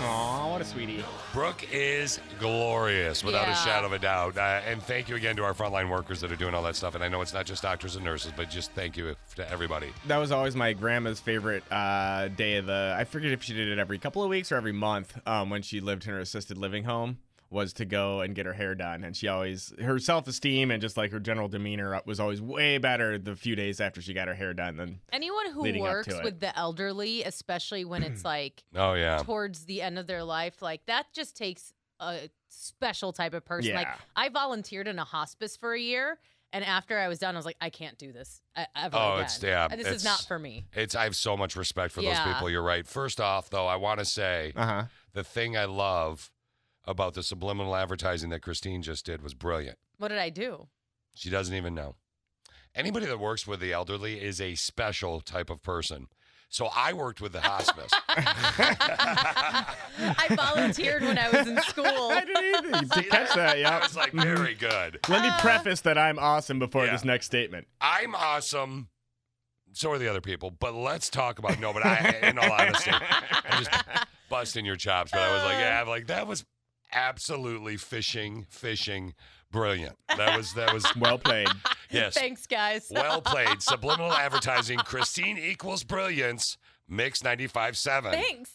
H: Aw, what a sweetie.
G: Brooke is glorious, without a
N: Yeah.
G: shadow of a doubt. Uh, and thank you again to our frontline workers that are doing all that stuff. And I know it's not just doctors and nurses, but just thank you to everybody.
H: That was always my grandma's favorite uh, day of the. I forget if she did it every couple of weeks or every month um, when she lived in her assisted living home. Was to go and get her hair done, and she always her self esteem and just like her general demeanor uh, was always way better the few days after she got her hair done than
I: Anyone who
H: leading up to
I: works
H: it.
I: with the elderly, especially
G: (clears throat)
I: when it's like
G: Oh, yeah.
I: towards the end of their life, like that just takes a special type of person. Like
G: Yeah.
I: I volunteered in a hospice for a year, and after I was done, I was like, I can't do this e- ever
G: Oh,
I: again.
G: it's yeah.
I: this
G: it's-
I: is not for me.
G: It's I have so much respect for those
I: Yeah.
G: people. You're right. First off, though, I want to say
H: Uh-huh.
G: the thing I love about the subliminal advertising that Christine just did was brilliant.
I: What did
G: (laughs)
I: I do? (laughs)
G: She doesn't even know. Anybody that works with the elderly is a special type of person. So I worked with the hospice.
I: I volunteered when I was in
G: (laughs)
I: school. (laughs) I
H: didn't either. You catch that, yeah. Mm-hmm.
G: I was like, very good.
H: Let me preface that I'm awesome before this next statement.
G: I'm awesome. So are the other people. But let's talk about no. But I, in all honesty, I'm just busting your chops. But I was like, yeah, I'm like that was absolutely fishing, fishing, brilliant. That was that
I: (laughs)
G: was
H: well played.
G: Yes,
I: Thanks, guys.
G: well played.
I: (laughs)
G: Subliminal advertising. Christine equals brilliance. Mix ninety five seven.
I: Thanks.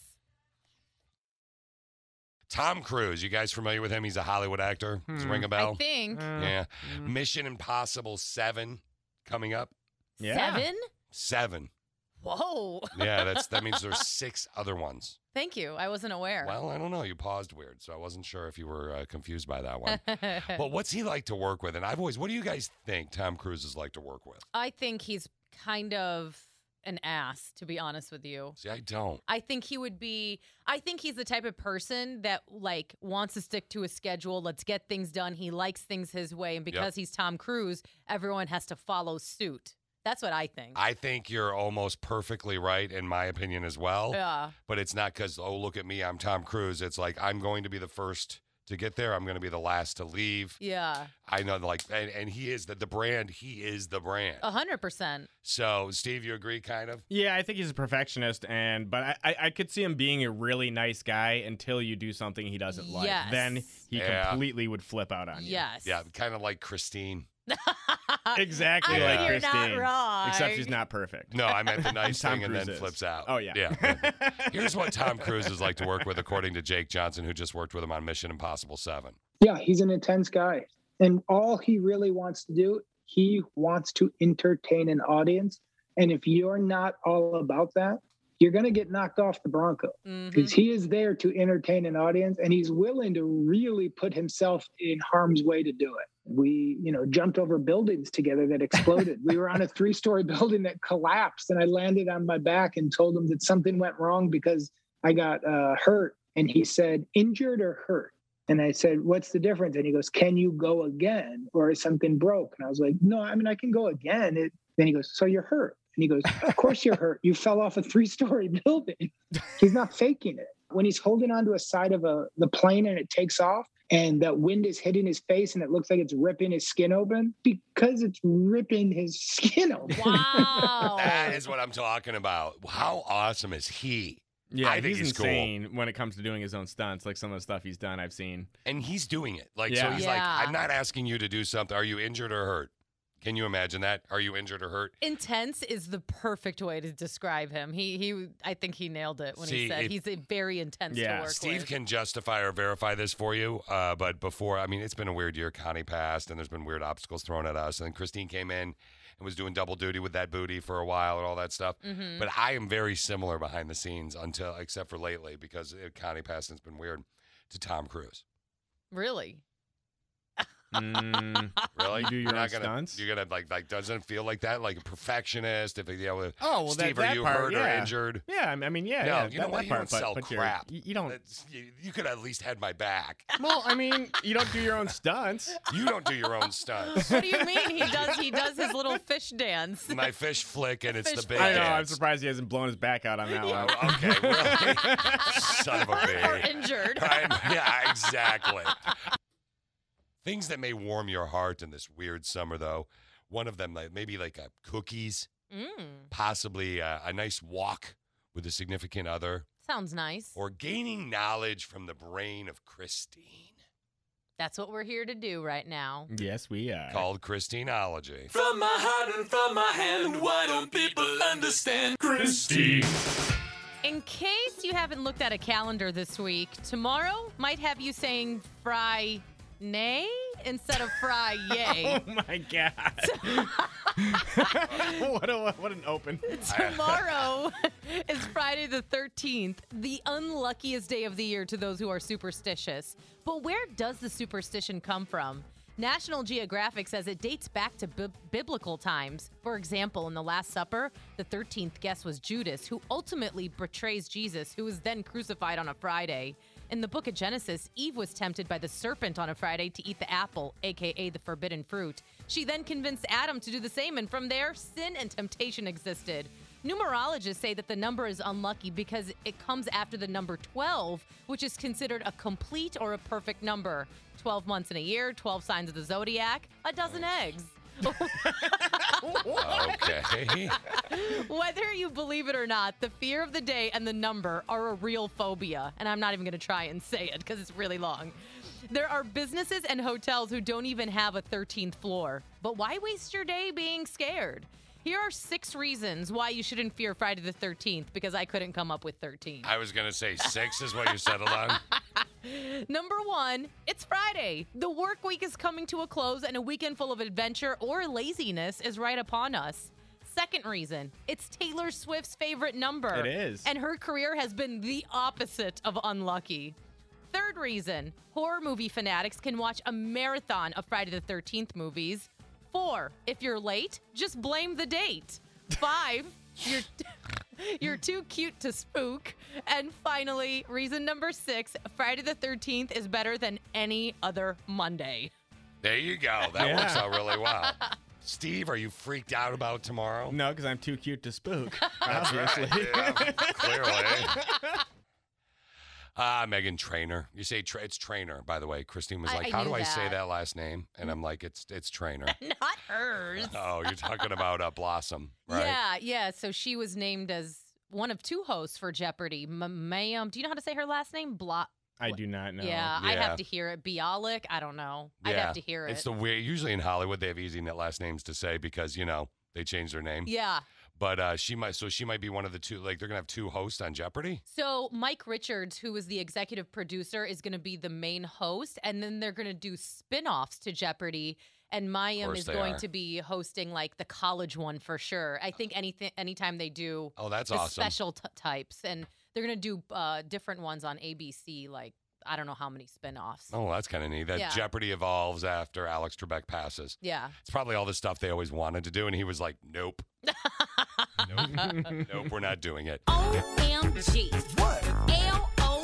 G: Tom Cruise. You guys familiar with him? He's a Hollywood actor. Does it
I: Hmm.
G: ring a bell?
I: I think. Uh,
G: yeah. Mission Impossible 7 coming up.
I: Seven?
G: Seven.
I: Whoa.
G: Yeah, that's that means there's six other ones.
I: Thank you. I wasn't aware.
G: Well, I don't know. You paused weird, so I wasn't sure if you were uh, confused by that
I: (laughs)
G: one. but what's he like to work with? And I've always, what do you guys think Tom Cruise is like to work with?
I: I think he's kind of an ass, to be honest with you.
G: See, I don't.
I: I think he would be. I think he's the type of person that like wants to stick to a schedule. Let's get things done. He likes things his way, and because he's Tom Cruise, everyone has to follow suit. That's what I think.
G: I think you're almost perfectly right, in my opinion, as well.
I: Yeah.
G: But it's not because, oh, look at me, I'm Tom Cruise. It's like, I'm going to be the first to get there, I'm going to be the last to leave.
I: Yeah,
G: I know, like, and, and he is the, the brand, he is the brand.
I: a hundred percent. (laughs)
G: So, Steve, you agree, kind of?
H: Yeah, I think he's a perfectionist, and but I, I, I could see him being a really nice guy until you do something he doesn't like.
I: Yes.
H: Then he
G: Yeah.
H: completely would flip out on you.
I: Yes.
G: Yeah, kind of like Christine.
H: Exactly
G: I
H: like
G: mean, you're not
H: Christine.
G: wrong.
H: Except she's not perfect.
G: No, I meant the nice
H: Tom
G: thing and
H: Cruise
G: then
H: is.
G: flips out.
H: Oh, yeah. (laughs)
G: Here's what Tom Cruise is like to work with, according to Jake Johnson, who just worked with him on Mission Impossible 7.
O: Yeah, he's an intense guy. And all he really wants to do, he wants to entertain an audience. And if you're not all about that, you're going to get knocked off the Bronco
I: Mm-hmm.
O: because he is there to entertain an audience and he's willing to really put himself in harm's way to do it. We, you know, jumped over buildings together that exploded. we were on a three story building that collapsed and I landed on my back and told him that something went wrong because I got uh, hurt. And he said, injured or hurt? And I said, What's the difference? And he goes, Can you go again? Or is something broke? And I was like, No, I mean, I can go again. It, then he goes, So you're hurt. And he goes, Of course you're hurt. You fell off a three story building. He's not faking it. When he's holding onto a side of a the plane and it takes off and that wind is hitting his face and it looks like it's ripping his skin open because it's ripping his (laughs) skin open.
P: (laughs)
G: (laughs)
I: Oh.
G: That is what I'm talking about. How awesome is he?
H: Yeah,
G: I think
H: he's,
G: he's, cool.
H: insane when it comes to doing his own stunts. Like some of the stuff he's done, I've seen.
G: And he's doing it. Like, so
H: Yeah.
G: he's
I: Yeah.
G: like, I'm not asking you to do something. Are you injured or hurt? Can you imagine that? Are you injured or hurt?
I: Intense is the perfect way to describe him. He he. I think he nailed it when
G: See,
I: he said
G: if-
I: he's a very intense to work
G: Steve
I: with.
G: can justify or verify this for you. Uh, but before, I mean, it's been a weird year. Connie passed, and there's been weird obstacles thrown at us. And then Christine came in and was doing double duty with that booty for a while and all that stuff.
I: Mm-hmm.
B: Mhm.
G: But I am very similar behind the scenes until, except for lately, because it, Connie passed and it's been weird to Tom Cruise.
I: Really?
H: Mm.
G: Really?
H: (laughs) You do your
G: You're
H: own
G: not gonna,
H: stunts?
G: You're gonna like like doesn't it feel like that like a perfectionist. If you know, oh
H: Oh, well,
G: Steve,
H: that, that
G: are you
H: part,
G: hurt
H: yeah.
G: or injured?
H: Yeah, I mean- I mean, yeah,
G: no,
H: yeah,
G: you
H: that,
G: know what?
H: that
G: You
H: part,
G: don't
H: but-
G: sell
H: but you're-
G: crap.
H: You, you don't.
G: That's- you, you could at least had my back.
H: (laughs) well, I mean, you don't do your own stunts.
G: You don't do your
H: (laughs)
G: own stunts.
I: What do you mean? He does. He does his little fish dance.
G: My fish flick and it's
I: Fish
G: the big
H: I know. I'm
G: dance.
H: surprised he hasn't blown his back out on that one.
G: okay,
H: (laughs)
G: (laughs) Son of a
I: (laughs) or
G: bitch. (laughs)
I: injured. (laughs)
G: Right? Yeah, exactly. Things that may warm your heart in this weird summer, though. One of them, like maybe like uh, cookies,
I: Mm,
G: possibly uh, a nice walk with a significant other,
I: sounds nice.
G: or gaining knowledge from the brain of Christine,
I: That's what we're here to do right now.
H: Yes, we are.
G: called Christineology.
K: From my heart and from my hand, why don't people understand? Christy.
I: In case you haven't looked at a calendar this week, tomorrow might have you saying fry nay instead of fry
G: (laughs)
I: yay.
H: (laughs) Oh my god! (laughs) what, a, what an open.
I: (laughs) Tomorrow (laughs) is Friday the 13th, the unluckiest day of the year to those who are superstitious. But where does the superstition come from? National Geographic says it dates back to bib- biblical times. For example, in the Last Supper, the 13th guest was Judas, who ultimately betrays Jesus, who is then crucified on a Friday. In the book of Genesis, Eve was tempted by the serpent on a Friday to eat the apple, aka the forbidden fruit. She then convinced Adam to do the same, and from there, sin and temptation existed. Numerologists say that the number is unlucky because it comes after the number 12, which is considered a complete or a perfect number. 12 months in a year, 12 signs of the zodiac, a dozen eggs.
G: Okay.
I: Whether you believe it or not, the fear of the day and the number are a real phobia. And I'm not even going to try and say it because it's really long. There are businesses and hotels who don't even have a 13th floor. But why waste your day being scared? Here are six reasons why you shouldn't fear Friday the 13th because I couldn't come up with 13.
G: I was going to say six is what you settled on.
I: Number one, it's Friday. The work week is coming to a close and a weekend full of adventure or laziness is right upon us. Second reason, it's Taylor Swift's favorite number.
H: It is.
I: And her career has been the opposite of unlucky. Third reason, horror movie fanatics can watch a marathon of Friday the 13th movies. Four, if you're late, just blame the date. Five,
H: (laughs)
I: you're. You're too cute to spook. And finally, reason number six Friday the 13th is better than any other Monday. (laughs)
G: There you go. That
H: Yeah.
G: works out really well. Steve, are you freaked out about tomorrow?
H: No, because I'm too cute to spook.
G: That's right,
H: obviously.
G: yeah, clearly. (laughs) Ah, Megan Trainer. You say tra- it's Trainer, by the way. Christine was
I: I-
G: like,
I: I
G: "How
I: knew
G: do I say
I: that.
G: that last name?" And I'm like, "It's it's Trainer."
I: Not hers.
G: (laughs) oh, you're talking about uh,
I: (laughs)
G: Blossom, right?
I: Yeah, yeah. So she was named as one of two hosts for Jeopardy. M- ma'am, do you know how to say her last name? Blo-
H: I do not know.
I: yeah, I'd have to hear it. Bialik, I don't know. I'd
G: Yeah.
I: have to hear it.
G: It's the weird. Usually in Hollywood, they have easy net last names to say because you know they change their name.
I: yeah.
G: But uh, she might. So she might be one of the two. Like they're gonna have two hosts on Jeopardy.
I: So Mike Richards, who is the executive producer, is going to be the main host, and then they're going to do spin-offs to Jeopardy. And Mayim
G: course
I: is
G: they
I: going
G: are.
I: to be hosting like the college one for sure. I think anything, anytime they do,
G: Oh, that's
I: the
G: awesome.
I: Special t- types, and they're going to do uh, different ones on ABC. Like I don't know how many spin-offs.
G: Oh, that's kind of neat. That
I: Yeah.
G: Jeopardy evolves after Alex Trebek passes.
I: Yeah.
G: It's probably all the stuff they always wanted to do, and he was like, "Nope, nope, (laughs) nope, we're not doing it."
I: Oh.
Q: OMG. What? LOL.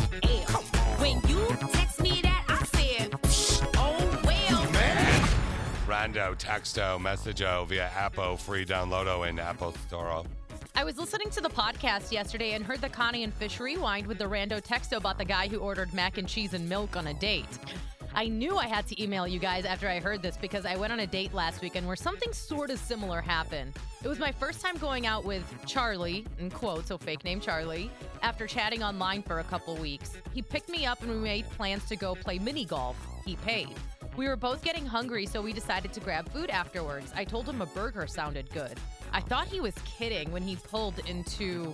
Q: When you text me that, I said, oh well.
G: Rando, texto, messageo via Appo, free downloado in Apple Store. (laughs)
I: I was listening to the podcast yesterday and heard the Connie and Fish rewind with the rando texto about the guy who ordered mac and cheese and milk on a date. I knew I had to email you guys after I heard this because I went on a date last weekend where something sort of similar happened. It was my first time going out with Charlie, in quotes, so fake name Charlie, after chatting online for a couple weeks. He picked me up and we made plans to go play mini golf. He paid. We were both getting hungry, so we decided to grab food afterwards. I told him a burger sounded good. I thought he was kidding when he pulled into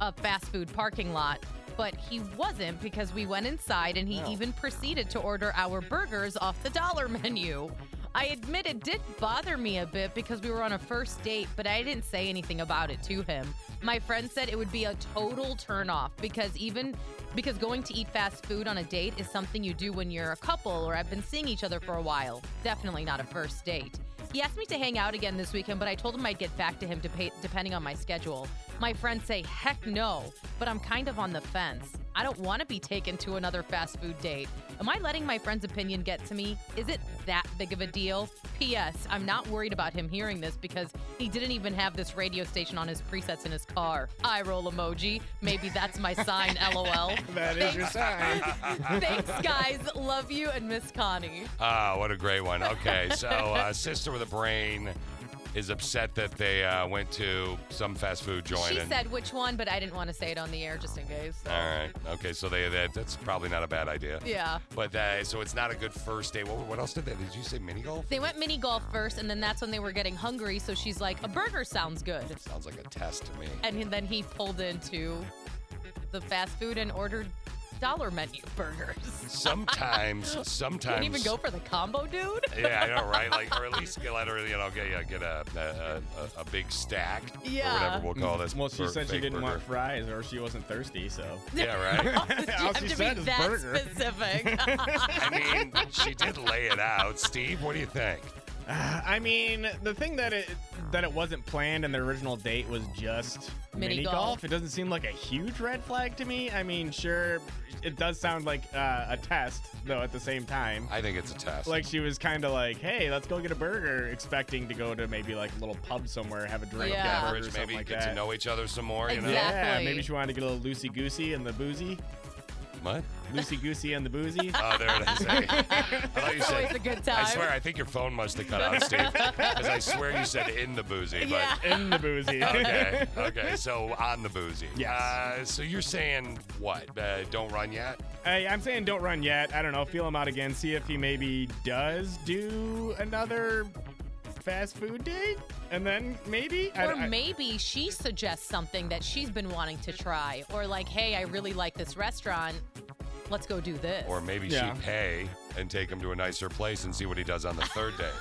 I: a fast food parking lot, but he wasn't because we went inside and he even proceeded to order our burgers off the dollar menu. I admit it did bother me a bit because we were on a first date, but I didn't say anything about it to him. My friend said it would be a total turnoff because even because going to eat fast food on a date is something you do when you're a couple or have been seeing each other for a while. Definitely not a first date. He asked me to hang out again this weekend, but I told him I'd get back to him depa- depending on my schedule. My friends say, heck no, but I'm kind of on the fence. I don't want to be taken to another fast food date. Am I letting my friend's opinion get to me? Is it that big of a deal? P.S. I'm not worried about him hearing this because he didn't even have this radio station on his presets in his car. Eye roll emoji. Maybe that's my sign, lol.
H: That is your sign.
G: (laughs)
I: Thanks, guys. Love you and miss Connie.
G: Ah, what a great one. Okay, so uh, Sister with a Brain is upset that they uh, went to some fast food joint.
I: She
G: and-
I: said which one, but I didn't want to say it on the air just in case.
G: All right. Okay, so they that, that's probably not a bad idea.
I: Yeah.
G: But uh, so it's not a good first date. What, what else did they? Did you say mini golf?
I: They went mini golf first, and then that's when they were getting hungry. So she's like, "A burger sounds good,"
G: Sounds like a test to me.
I: and then he pulled into the fast food and ordered dollar menu burgers. (laughs)
G: Sometimes, sometimes.
I: Didn't even go for the
H: (laughs)
I: combo, dude.
G: yeah, I know, right? Like, or at least get let her, you know, get yeah, get a a, a, a big stack or
I: Yeah.
G: whatever we'll call this.
H: Well, she
G: bur-
H: said she
G: fake
H: didn't
G: burger.
H: want fries, or she wasn't thirsty. So
G: Yeah,
H: (laughs)
G: right.
H: all
I: have
H: she
I: to be
H: said is
I: that
H: burger.
I: specific.
H: (laughs)
G: I mean, she did lay it out. Steve, what do you think?
H: (sighs) I mean, the thing that it that it wasn't planned and the original date was just
I: Mini
H: mini,
I: golf.
H: golf. It doesn't seem like a huge red flag to me. I mean, sure, it does sound like uh, a test, though. At the same time,
G: I think it's a test.
H: Like she was kind of like, "Hey, let's go get a burger," expecting to go to maybe like a little pub somewhere, have a drink,
G: Yeah.
H: get a burger,
G: Which
H: or something
G: maybe
H: like
G: get
H: that.
G: to know each other some more. You know?
H: Yeah, maybe she wanted to get a little loosey goosey and the boozy.
G: What?
H: Loosey goosey and the boozy.
G: Oh, there
I: (laughs)
G: it is. Hey. I thought you
I: That's
G: said.
I: always a good
G: I
I: time.
G: swear, I think your phone must have cut out, Steve, because I swear you said in the boozy, but.
I: Yeah.
H: in the boozy.
G: okay. Okay. So on the boozy.
H: Yes.
G: Uh, so you're saying what? Uh, don't run yet.
H: Hey, I'm saying don't run yet. I don't know. Feel him out again. See if he maybe does do another fast food date, and then maybe. I-
I: Or
H: I-
I: maybe she suggests something that she's been wanting to try, or like, hey, I really like this restaurant. Let's go do this.
G: Or maybe
I: Yeah.
G: she pay and take him to a nicer place and see what he does on the third day.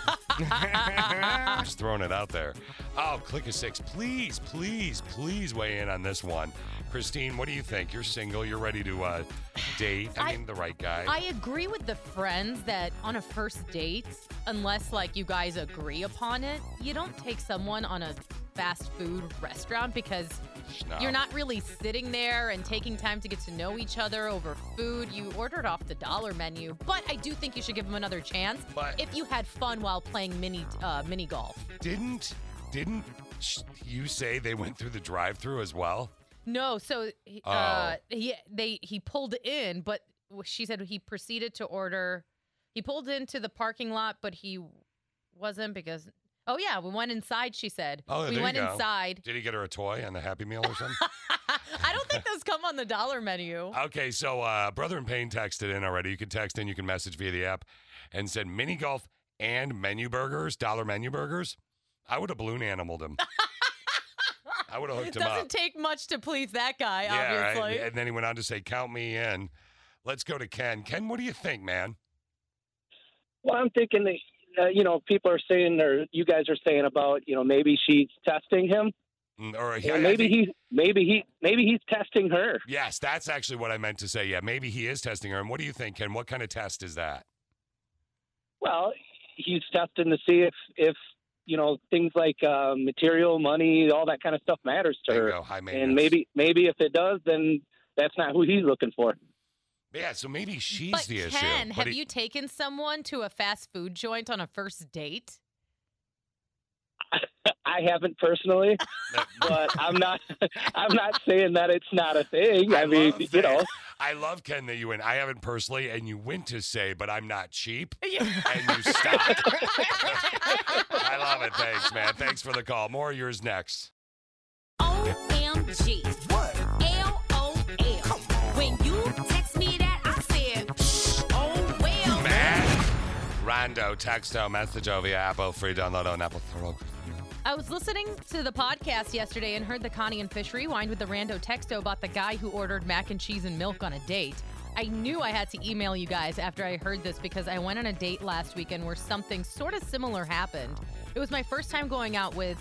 G: Just throwing it out there. Oh, click a six. Please, please, please weigh in on this one. Christine, what do you think? You're single. You're ready to uh, date. I,
I: I-
G: mean, the right guy.
I: I agree with the friends that on a first date, unless like you guys agree upon it, you don't take someone on a fast food restaurant because
G: Schnob.
I: you're not really sitting there and taking time to get to know each other over food. You ordered off the dollar menu, but I do think you should give them another chance
G: But-
I: if you had fun while playing mini uh, mini golf.
G: didn't didn't sh- you say they went through the drive-through as well?
I: No, so he-
G: Oh.
I: uh, he they he pulled in, but she said he proceeded to order. He pulled into the parking lot, but he wasn't because. Oh yeah, we went inside. She said
G: Oh, there
I: we
G: you
I: went
G: go.
I: inside. (laughs)
G: Did he get her a toy on the Happy Meal or something?
I: I don't think those come on the dollar
G: (laughs)
I: menu.
G: Okay, so uh, Brother in Pain texted in already. You can text in, you can message via the app, and said mini golf and menu burgers, dollar menu burgers. I would have balloon animaled
I: (laughs)
G: him. I would have
I: It
G: hooked him
I: doesn't
G: up.
I: take much to please that guy,
G: yeah, right?
I: obviously.
G: and then he went on to say, "Count me in." Let's go to Ken. Ken, what do you think, man?
P: Well, I'm thinking that uh, you know people are saying, or you guys are saying about you know maybe she's testing him,
G: Mm, Or
P: or maybe
G: he.
P: he, maybe he, maybe he's testing her.
G: Yes, that's actually what I meant to say. Yeah, maybe he is testing her. And what do you think, Ken? What kind of test is that?
P: Well, he's testing to see if if you know things like uh, material, money, all that kind of stuff matters to her. and maybe maybe if it does, then that's not who he's looking for.
G: Yeah, so maybe she's
I: but
G: the issue.
I: Ken,
G: but
I: have
G: he-
I: you taken someone to a fast food joint on a first date?
P: I haven't personally, but I'm not (laughs) I'm not saying that it's not a thing. I, mean,
G: love
P: you know,
G: I love Ken that you went. I haven't personally, and you went to say, but I'm not cheap, and you stopped. I love it. Thanks, man. Thanks for the call. More of yours next.
Q: OMG. What? LOL. When you text me that, I said, oh well.
G: Rando, text or message over your Apple free download on Apple. Throw.
I: I was listening to the podcast yesterday and heard the Connie and Fish rewind with the rando texto about the guy who ordered mac and cheese and milk on a date. I knew I had to email you guys after I heard this because I went on a date last weekend where something sort of similar happened. It was my first time going out with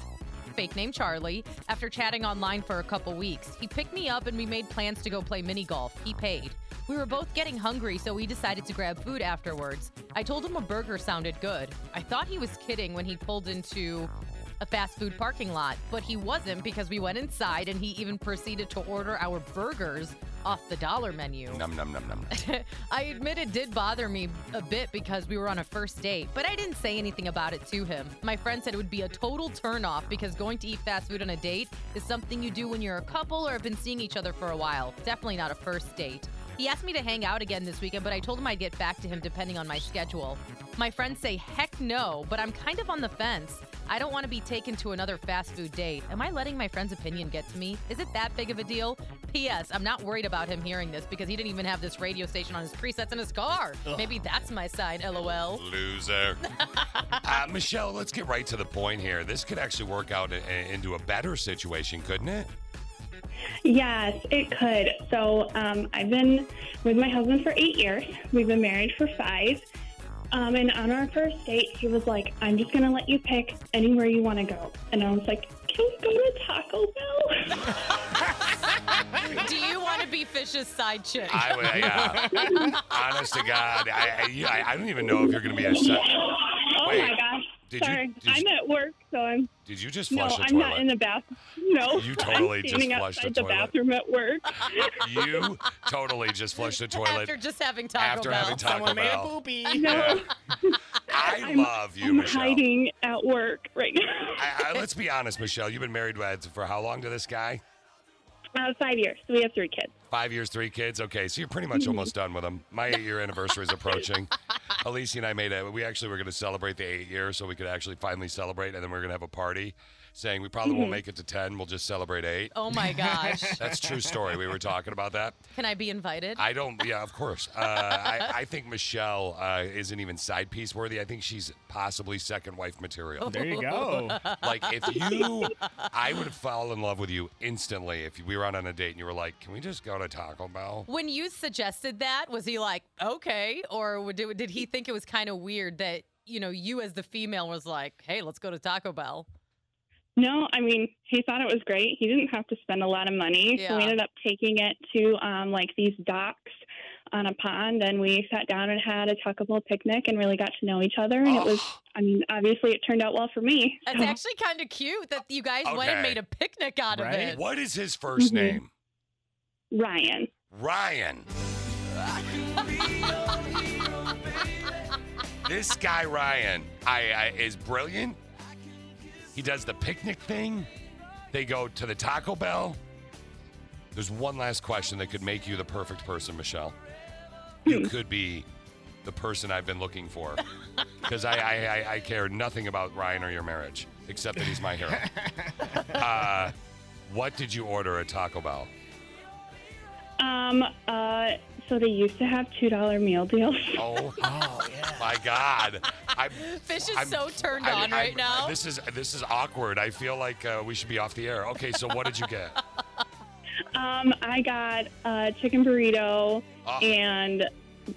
I: fake name Charlie after chatting online for a couple weeks. He picked me up and we made plans to go play mini golf. He paid. We were both getting hungry, so we decided to grab food afterwards. I told him a burger sounded good. I thought he was kidding when he pulled into a fast food parking lot, but he wasn't because we went inside and he even proceeded to order our burgers off the dollar menu.
G: Num num num num.
I: (laughs) I admit it did bother me a bit because we were on a first date, but I didn't say anything about it to him. My friend said it would be a total turnoff because going to eat fast food on a date is something you do when you're a couple or have been seeing each other for a while. Definitely not a first date. He asked me to hang out again this weekend, but I told him I'd get back to him depending on my schedule. My friends say heck no, but I'm kind of on the fence. I don't want to be taken to another fast food date. Am I letting my friend's opinion get to me? Is it that big of a deal? P.S. I'm not worried about him hearing this because he didn't even have this radio station on his presets in his car.
G: Ugh.
I: Maybe that's my sign, lol.
G: Loser. uh, Michelle, let's get right to the point here. This could actually work out i- into a better situation, couldn't it?
R: Yes, it could. So um, I've been with my husband for eight years. We've been married for five. Um, and on our first date, he was like, I'm just going to let you pick anywhere you want to go. And I was like, can we go to Taco Bell? (laughs)
I: Do you want to be Fish's side chick?
G: I would,
R: (laughs)
G: yeah. Honest to God, I, I, you- I, I don't even know if you're going to be a set.
R: Oh
G: Wait,
R: my gosh.
G: did you-
R: Sorry.
G: did you-
R: I'm at work, so I'm.
G: Did you just flush
R: no,
G: the
R: I'm
G: toilet?
R: not in the bathroom. No.
G: (laughs) You totally
R: I'm
G: just
R: standing
G: flushed the
R: outside the,
G: toilet.
R: bathroom at work.
G: You totally just flushed the toilet
I: After just having Taco
G: after
I: Bell.
G: having Taco Bell.
R: poopy.
G: Yeah.
R: No,
G: I love you,
R: I'm
G: Michelle.
R: hiding at work right now. (laughs)
G: I, I, let's be honest, Michelle. You've been married with- for how long to this guy?
R: Uh, five years. We have three kids.
G: Five years, three kids. Okay, so you're pretty much almost done with them. My eight year anniversary is approaching. Alicia and I made a. We actually were going to celebrate the eight year, so we could actually finally celebrate, and then we are going to have a party saying we probably won't
I: Mhm.
G: make it to ten. We'll just celebrate eight.
I: Oh
G: (laughs)
I: my gosh.
G: That's true story. We were talking about that.
I: Can I be invited?
G: I don't. Yeah, of course. Uh, I, I think Michelle uh, isn't even side piece worthy. I think she's possibly second wife material.
H: (laughs) (laughs) There you go.
G: Like if you, I would fall in love with you instantly if we were out on a date and you were like, "Can we just go to Taco Bell?"
I: When you suggested that, was he like, okay? Or would- did, did he think it was kind of weird that, you know, you as the female was like, hey, let's go to Taco Bell?
R: No, I mean, he thought it was great. He didn't have to spend a lot of money. So
I: Yeah.
R: we ended up taking it to um, like these docks on a pond. And we sat down and had a Taco Bell picnic and really got to know each other. And it was, I mean, obviously it turned out well for me.
I: That's actually kind of cute that you guys went and
G: Okay.
I: made a picnic out of it.
G: What is his 1st name?
R: Ryan.
G: Ryan. This guy Ryan, I, I is brilliant. He does the picnic thing. They go to the Taco Bell. There's one last question that could make you the perfect person, Michelle. You could be the person I've been looking for because I, I, I, I care nothing about Ryan or your marriage except that he's my hero. Uh, what did you order at Taco Bell?
R: Um, uh, so they used to have $2 meal deals. (laughs)
I: (laughs)
G: Oh, my God! I'm,
I: Fish is so turned on right now.
G: This is this is awkward. I feel like uh, we should be off the air. Okay, so what did you get?
I: (laughs)
R: Um, I got a chicken burrito
G: Ah.
R: and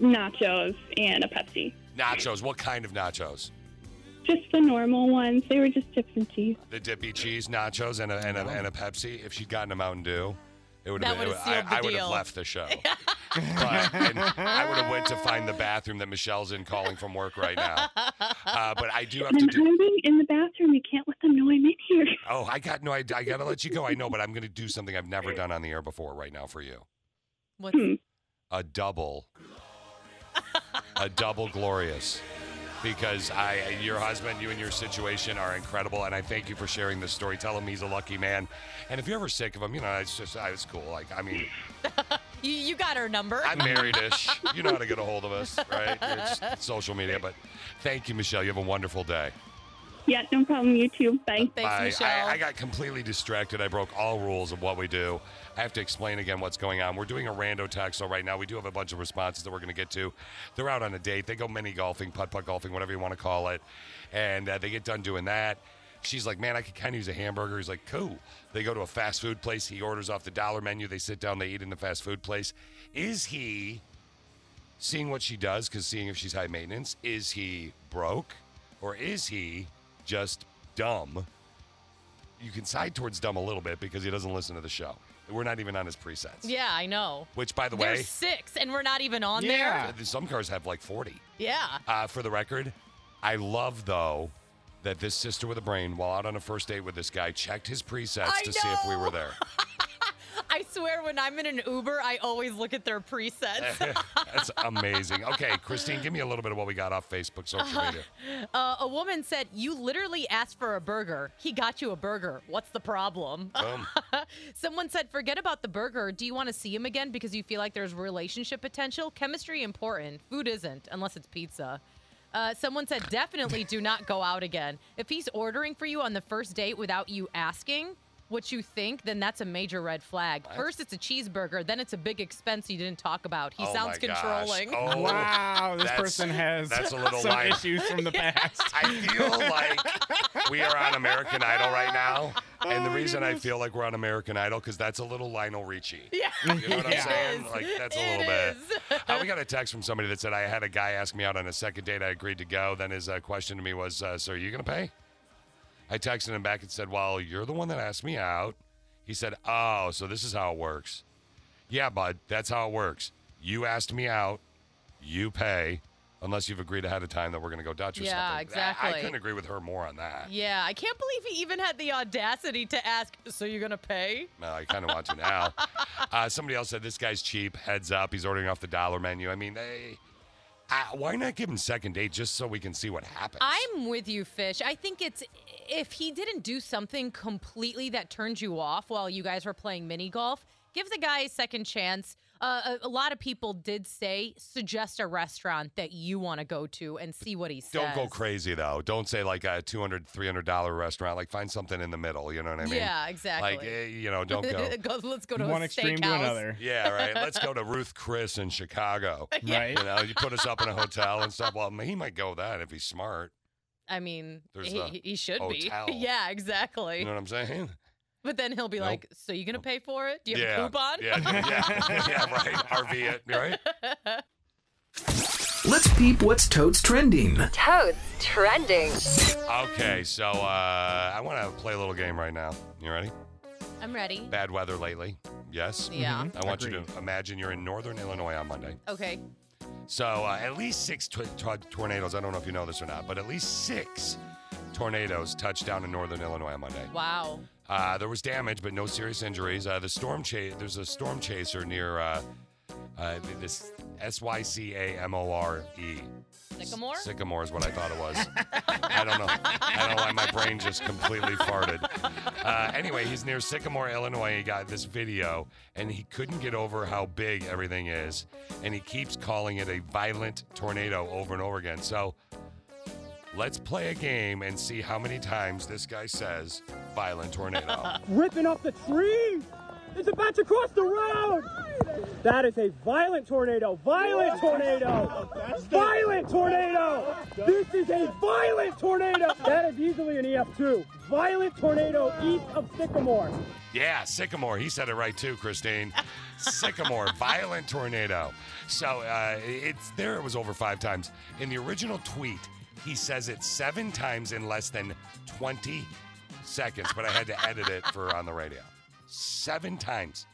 R: nachos and a Pepsi.
G: Nachos. What kind of nachos?
R: Just the normal ones. They were just dips and teas.
G: The dippy cheese nachos and a and a, and a Pepsi. If she'd gotten a Mountain Dew, it would have
I: That
G: been.
I: would've
G: I,
I: sealed the
G: I would have
I: deal.
G: left the
I: (laughs)
G: show. but, and I would have went to find the bathroom that Michelle's in, calling from work right now. Uh, but I do have
R: I'm
G: to do.
R: hiding in the bathroom. You can't let them know I'm in here.
G: Oh, I got no. I, I gotta let you go. I know, but I'm gonna do something I've
I: (laughs)
G: never done on the air before right now for you.
I: What?
G: a double a double glorious because I your husband you and your situation are incredible and I thank you for sharing this story tell him he's a lucky man and if you're ever sick of him you know it's just it's cool like I mean
I: You, you got her number.
G: I'm married-ish you know how to get a hold of us right it's, it's social media but thank you Michelle you have a wonderful day
R: Yeah, no problem. You too. Bye.
G: Bye. I, I got completely distracted. I broke all rules of what we do. I have to explain again what's going on. We're doing a rando taxo right now. We do have a bunch of responses that we're going to get to. They're out on a date. They go mini golfing, putt putt golfing, whatever you want to call it. And uh, they get done doing that. She's like, man, I could kind of use a hamburger. He's like, cool. They go to a fast food place. He orders off the dollar menu. They sit down. They eat in the fast food place. Is he seeing what she does because seeing if she's high maintenance is he broke or is he just dumb you can side towards dumb a little bit because he doesn't listen to the show we're not even on his presets
I: yeah, I know.
G: which by the way
I: There's six, and we're not even on there.
G: some cars have like 40
I: Yeah.
G: uh, for the record i love though that this sister with a brain while out on a first date with this guy checked his presets
I: I
G: to see if we were there
I: I swear, when I'm in an Uber, I always look at their presets.
G: that's amazing okay christine give me a little bit of what we got off facebook social media
I: Uh, a woman said, You literally asked for a burger. He got you a burger. What's the problem?
G: Boom.
I: (laughs) Someone said, Forget about the burger. Do you want to see him again because you feel like there's relationship potential? Chemistry important. Food isn't, unless it's pizza. Uh, someone said, Definitely do not go out again. If he's ordering for you on the first date without you asking, what you think, then that's a major red flag. First, it's a cheeseburger, then it's a big expense you didn't talk about. He
G: Oh
I: sounds
G: my gosh.
I: controlling.
G: Oh,
H: Wow, this
G: that's-
H: person has
G: that's a
H: (laughs)
G: little
H: some
G: line.
H: issues from
I: (laughs)
H: the past.
G: I feel like we are on American Idol right now. And the reason I feel like we're on American Idol because that's a little Lionel Richie.
I: Yeah.
G: You know what
H: Yeah.
G: I'm saying?
H: It is.
G: Like that's a
H: It
G: little bit. Uh, we got a text from somebody that said I had a guy ask me out on a second date. I agreed to go. Then his uh, question to me was, uh, "So are you gonna pay?" I texted him back and said, "Well, you're the one that asked me out." He said, "Oh, so this is how it works." Yeah, bud, that's how it works. You asked me out, you pay, unless you've agreed ahead of time that we're gonna go Dutch or
I: Yeah,
G: something. I- I,
I: exactly.
G: couldn't agree with her more on that.
I: Yeah, I can't believe he even had the audacity to ask, so you're going to pay?
G: Uh, I kind of want to now. Uh, somebody else said this guy's cheap. Heads up, he's ordering off the dollar menu. I mean, they, I, why not give him second date just so we can see what happens?
I: I'm with you, Fish. I think it's if he didn't do something completely that turned you off while you guys were playing mini golf, give the guy a second chance. Uh, a, a lot of people did say suggest a restaurant that you want to go to and see what he says.
G: Don't go crazy though. Don't say like a $200, $300 restaurant. Like find something in the middle. You know what I mean?
I: Yeah, exactly.
G: Like, eh, you know, don't
I: (laughs)
G: go.
I: Let's go to a steakhouse.
G: Yeah, right. Let's go to Ruth Chris in Chicago.
I: Yeah. Right.
G: You know, you put us up in a hotel and stuff. Well, he might go that if he's smart.
I: I mean,
G: There's
I: he,
G: the
I: he- he should
G: hotel.
I: be. (laughs) Yeah, exactly.
G: You know what I'm saying?
I: But then he'll be
G: Nope.
I: like, "So you gonna pay for it? Do you have
G: yeah.
I: a coupon?"
G: Yeah, yeah, (laughs) yeah, right. RV it, right?
S: Let's peep what's totes trending.
T: Toads trending.
G: Okay, so uh, I want to play a little game right now. You ready?
I: I'm ready.
G: Bad weather lately. Yes.
I: Yeah. Mhm.
G: I want you to imagine you're in northern Illinois on Monday.
I: Okay.
G: So uh, at least six tw- tw- tornadoes. I don't know if you know this or not, but at least six tornadoes touched down in northern Illinois on Monday.
I: Wow.
G: Uh, there was damage, but no serious injuries. Uh, the storm chase. There's a storm chaser near uh, uh, th- this S Y C A M O R E.
I: Sycamore?
G: Sycamore is what I thought it was. I don't know. I don't know why my brain just completely farted. Uh, anyway, he's near Sycamore, Illinois. He got this video, and he couldn't get over how big everything is, and he keeps calling it a violent tornado over and over again. So. Let's play a game and see how many times this guy says violent tornado.
U: ripping up the trees. It's about to cross the road. That is a violent tornado. Violent tornado. Violent tornado. This is a violent tornado. That is easily an EF2. Violent tornado east of Sycamore.
G: Yeah, Sycamore. He said it right too, Christine. Sycamore, violent tornado. So uh, it's there. It was over five times in the original tweet. He says it seven times in less than twenty seconds, but I had to edit it for on the radio. Seven times.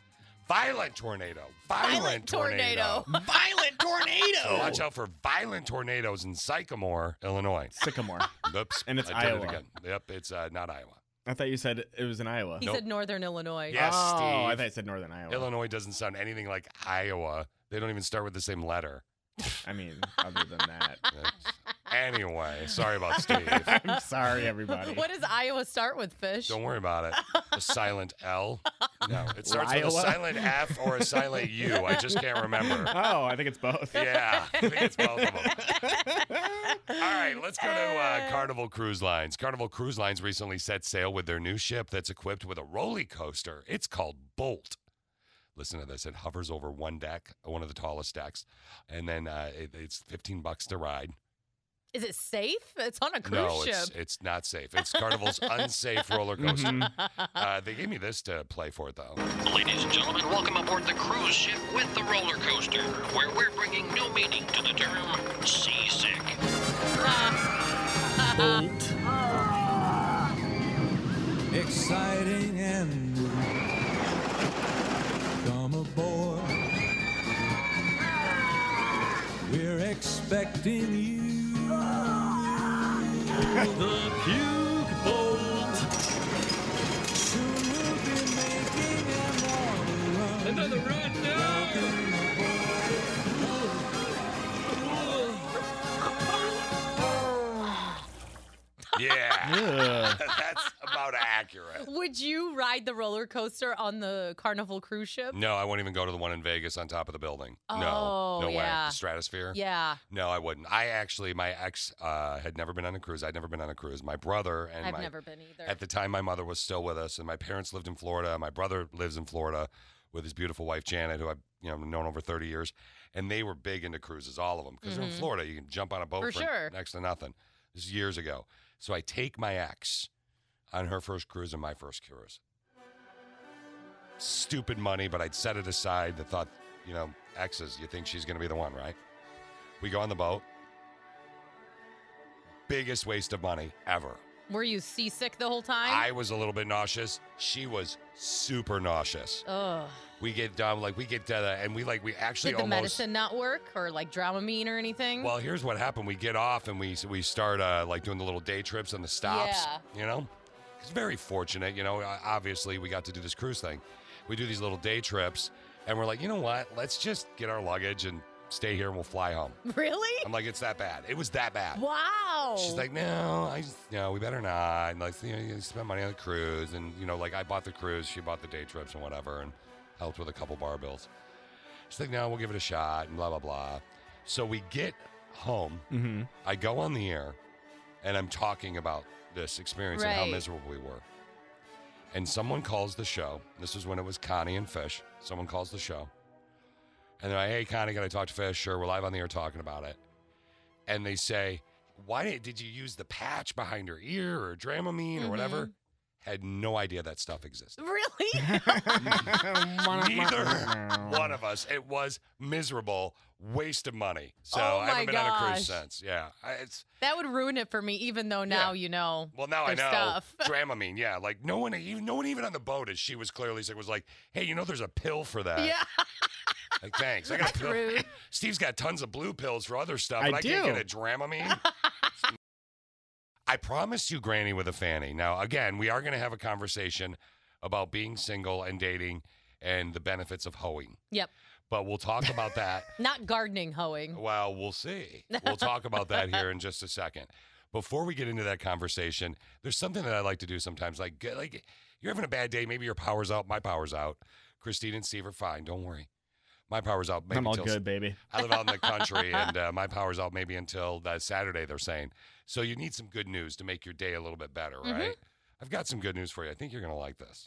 G: Violent tornado. Violent, tornado.
C: Violent
G: So
C: tornado.
G: watch out for violent tornadoes in Sycamore, Illinois.
H: Sycamore.
G: Oops.
H: And it's
G: I did
H: Iowa.
G: It again. Yep, it's uh, not Iowa.
H: I thought you said it was in Iowa.
I: He said Northern Illinois. (laughs)
G: Yes,
H: Oh,
G: Steve.
H: I thought you said Northern Iowa.
G: Illinois doesn't sound anything like Iowa. They don't even start with the same
H: (laughs)
G: letter.
H: I mean, other than that.
G: anyway, sorry about Steve.
H: I'm sorry, everybody.
I: What does Iowa start with, fish?
G: Don't worry about it. A silent L. No, it starts with a
H: Iowa?
G: silent F or a silent U. I just can't remember.
H: Oh, I think it's both.
G: Yeah, I think it's both of them. All right, let's go to uh, Carnival Cruise Lines. Carnival Cruise Lines recently set sail with their new ship that's equipped with a roller coaster. It's called Bolt. Listen to this. It hovers over one deck, one of the tallest decks, and then uh, it, it's 15 bucks to ride.
I: Is it safe? It's on a cruise
G: no,
I: ship.
G: it's it's not safe. It's (laughs) Carnival's unsafe roller coaster.
I: Mhm.
G: Uh, they gave me this to play for it (laughs) though.
V: Ladies and gentlemen, welcome aboard the cruise ship with the roller coaster, where we're bringing new meaning to the term seasick.
W: Exciting and come aboard. We're expecting you. the puke bolt. Soon we'll be making another run. Another run
G: Yeah, (laughs) that's about accurate.
I: Would you ride the roller coaster on the Carnival cruise ship?
G: No, I won't even go to the one in Vegas on top of the building.
I: Oh,
G: no, no way.
I: yeah.
G: The stratosphere.
I: Yeah.
G: No, I wouldn't. I actually, my ex uh, had never been on a cruise. I'd never been on a cruise. My brother and
I: I've
G: my,
I: never been either.
G: At the time, my mother was still with us, and my parents lived in Florida. My brother lives in Florida with his beautiful wife Janet, who I've you know known over thirty years, and they were big into cruises, all of them, because in
I: Mhm.
G: Florida you can jump on a boat
I: For sure.
G: next to nothing. This is years ago. So I take my ex on her first cruise and my first cruise. Stupid money, but I'd set it aside. The thought, you know, exes, you think she's going to be the one, right? We go on the boat. Biggest waste of money ever.
I: Were you seasick the whole time?
G: I was a little bit nauseous. She was super nauseous.
I: Ugh.
G: We get dumb, like we get uh, and we like we actually
I: Did the
G: almost.
I: medicine not work, or like Dramamine or anything?
G: Well, here's what happened. We get off and we we start uh, like doing the little day trips and the stops.
I: Yeah.
G: You know, it's very fortunate. You know, O- obviously we got to do this cruise thing. We do these little day trips, and we're like, you know what? Let's just get our luggage and stay here, and we'll fly home.
I: (laughs) really?
G: I'm like, it's that bad. It was that bad.
I: Wow.
G: She's like, no, I just, no, we better not. And like, you, know, you spend money on the cruise, and you know, like I bought the cruise, she bought the day trips and whatever, and helped with a couple barbells. She's like, no, we'll give it a shot and blah, blah, blah. So we get home.
H: Mhm.
G: I go on the air and I'm talking about this experience and how
F: Right.
G: miserable we were. And someone calls the show. This was when it was Connie and Fish. Someone calls the show. And they're like, hey, Connie, can I talk to Fish? Sure, we're live on the air talking about it. And they say, why did, did you use the patch behind her ear or Dramamine or whatever?
I: Mm-hmm.
G: Had no idea that stuff existed. (laughs)
I: Really? (laughs)
G: Neither one of us. It was miserable, waste of money. So
I: Oh
G: I
I: my
G: haven't been on a
I: gosh.
G: cruise since. Yeah, I- it's
I: That would ruin it for me, even though now you know.
G: well now I
I: their
G: know.
I: Stuff. (laughs)
G: Dramamine. Yeah, like no one, even no one even on the boat, as she was clearly sick, was like, "Hey, you know, there's a pill for that."
I: (laughs) yeah.
G: Like, thanks. I got a
I: That's
G: pill.
I: rude.
G: (laughs) Steve's got tons of blue pills for other stuff,
H: I
G: but I can't
H: do.
G: get a
I: (laughs)
G: Dramamine. I promised you Granny with a Fanny. Now, again, we are going to have a conversation about being single and dating and the benefits of hoeing.
I: Yep.
G: But we'll talk about
I: (laughs)
G: that
I: Not gardening hoeing.
G: Well, we'll see. We'll talk about that here in just a second. Before we get into that conversation, there's something that I like to do sometimes. Like, get- like you're having a bad day. Maybe your power's out. My power's out. Christine and Steve are fine. Don't worry. My power's out.
H: (laughs)
G: Maybe
H: I'm all
G: till-
H: good, baby.
G: I live out in the country, and uh, my power's out maybe until uh, Saturday. They're saying so. You need some good news to make your day a little bit better,
E: Mhm.
G: right? I've got some good news for you. I think you're gonna like this.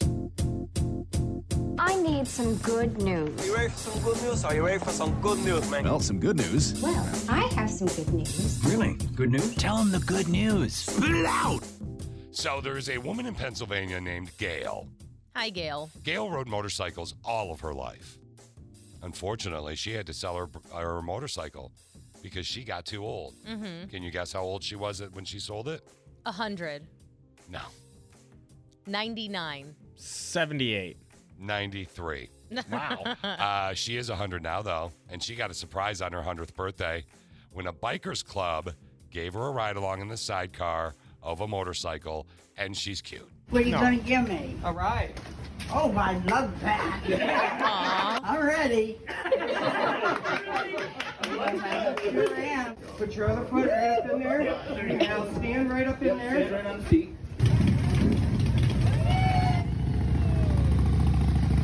E: I need some good news.
J: You ready for some good news? Are you ready for some good news, man?
E: Well, some good news. Well, I have some good news.
J: Really? Good news? Tell him the good news. Spit it out!
G: So there is a woman in Pennsylvania named Gail.
I: Hi, Gail.
G: Gail rode motorcycles all of her life. Unfortunately, she had to sell her her motorcycle because she got too old.
I: Mm-hmm.
G: Can you guess how old she was at- when she sold it?
I: A hundred.
G: No,
I: Ninety-nine.
G: 78. 93.
H: (laughs)
I: Wow.
G: (laughs) uh, she is 100 now, though, and she got a surprise on her 100th birthday when a bikers club gave her a ride along in the sidecar of a motorcycle, and she's cute.
X: What are you
G: No.
X: going to give me? A ride. Oh, I love that. I'm ready. Here I am. Put your other foot right up in there. Now stand right up in there. right on the seat.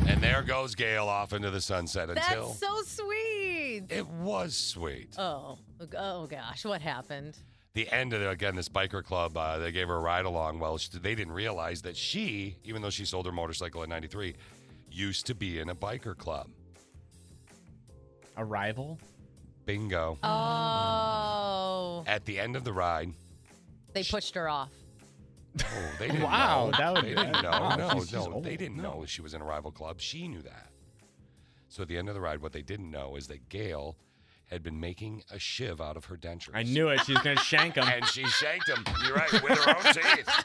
G: And there goes Gail off into the sunset until
I: That's so sweet.
G: it was sweet.
I: Oh, oh gosh, what happened?
G: the end of the, again this biker club uh, they gave her a ride along well she, they didn't realize that she even though she sold her motorcycle in 93 used to be in a biker club
H: a rival
G: bingo
I: Oh,
G: at the end of the ride
I: they pushed
G: (laughs)
I: her off.
G: oh, they didn't
H: Wow,
G: know.
H: that would
G: they
H: be-
G: didn't know
H: wow,
G: no
H: she's- she's
G: no
H: old.
G: they didn't know she was in a rival club she knew that so at the end of the ride what they didn't know is that gail had been making a shiv out of her dentures
H: I knew it. She's gonna shank
G: (laughs)
H: him.
G: And she shanked him. You're right, with her own teeth.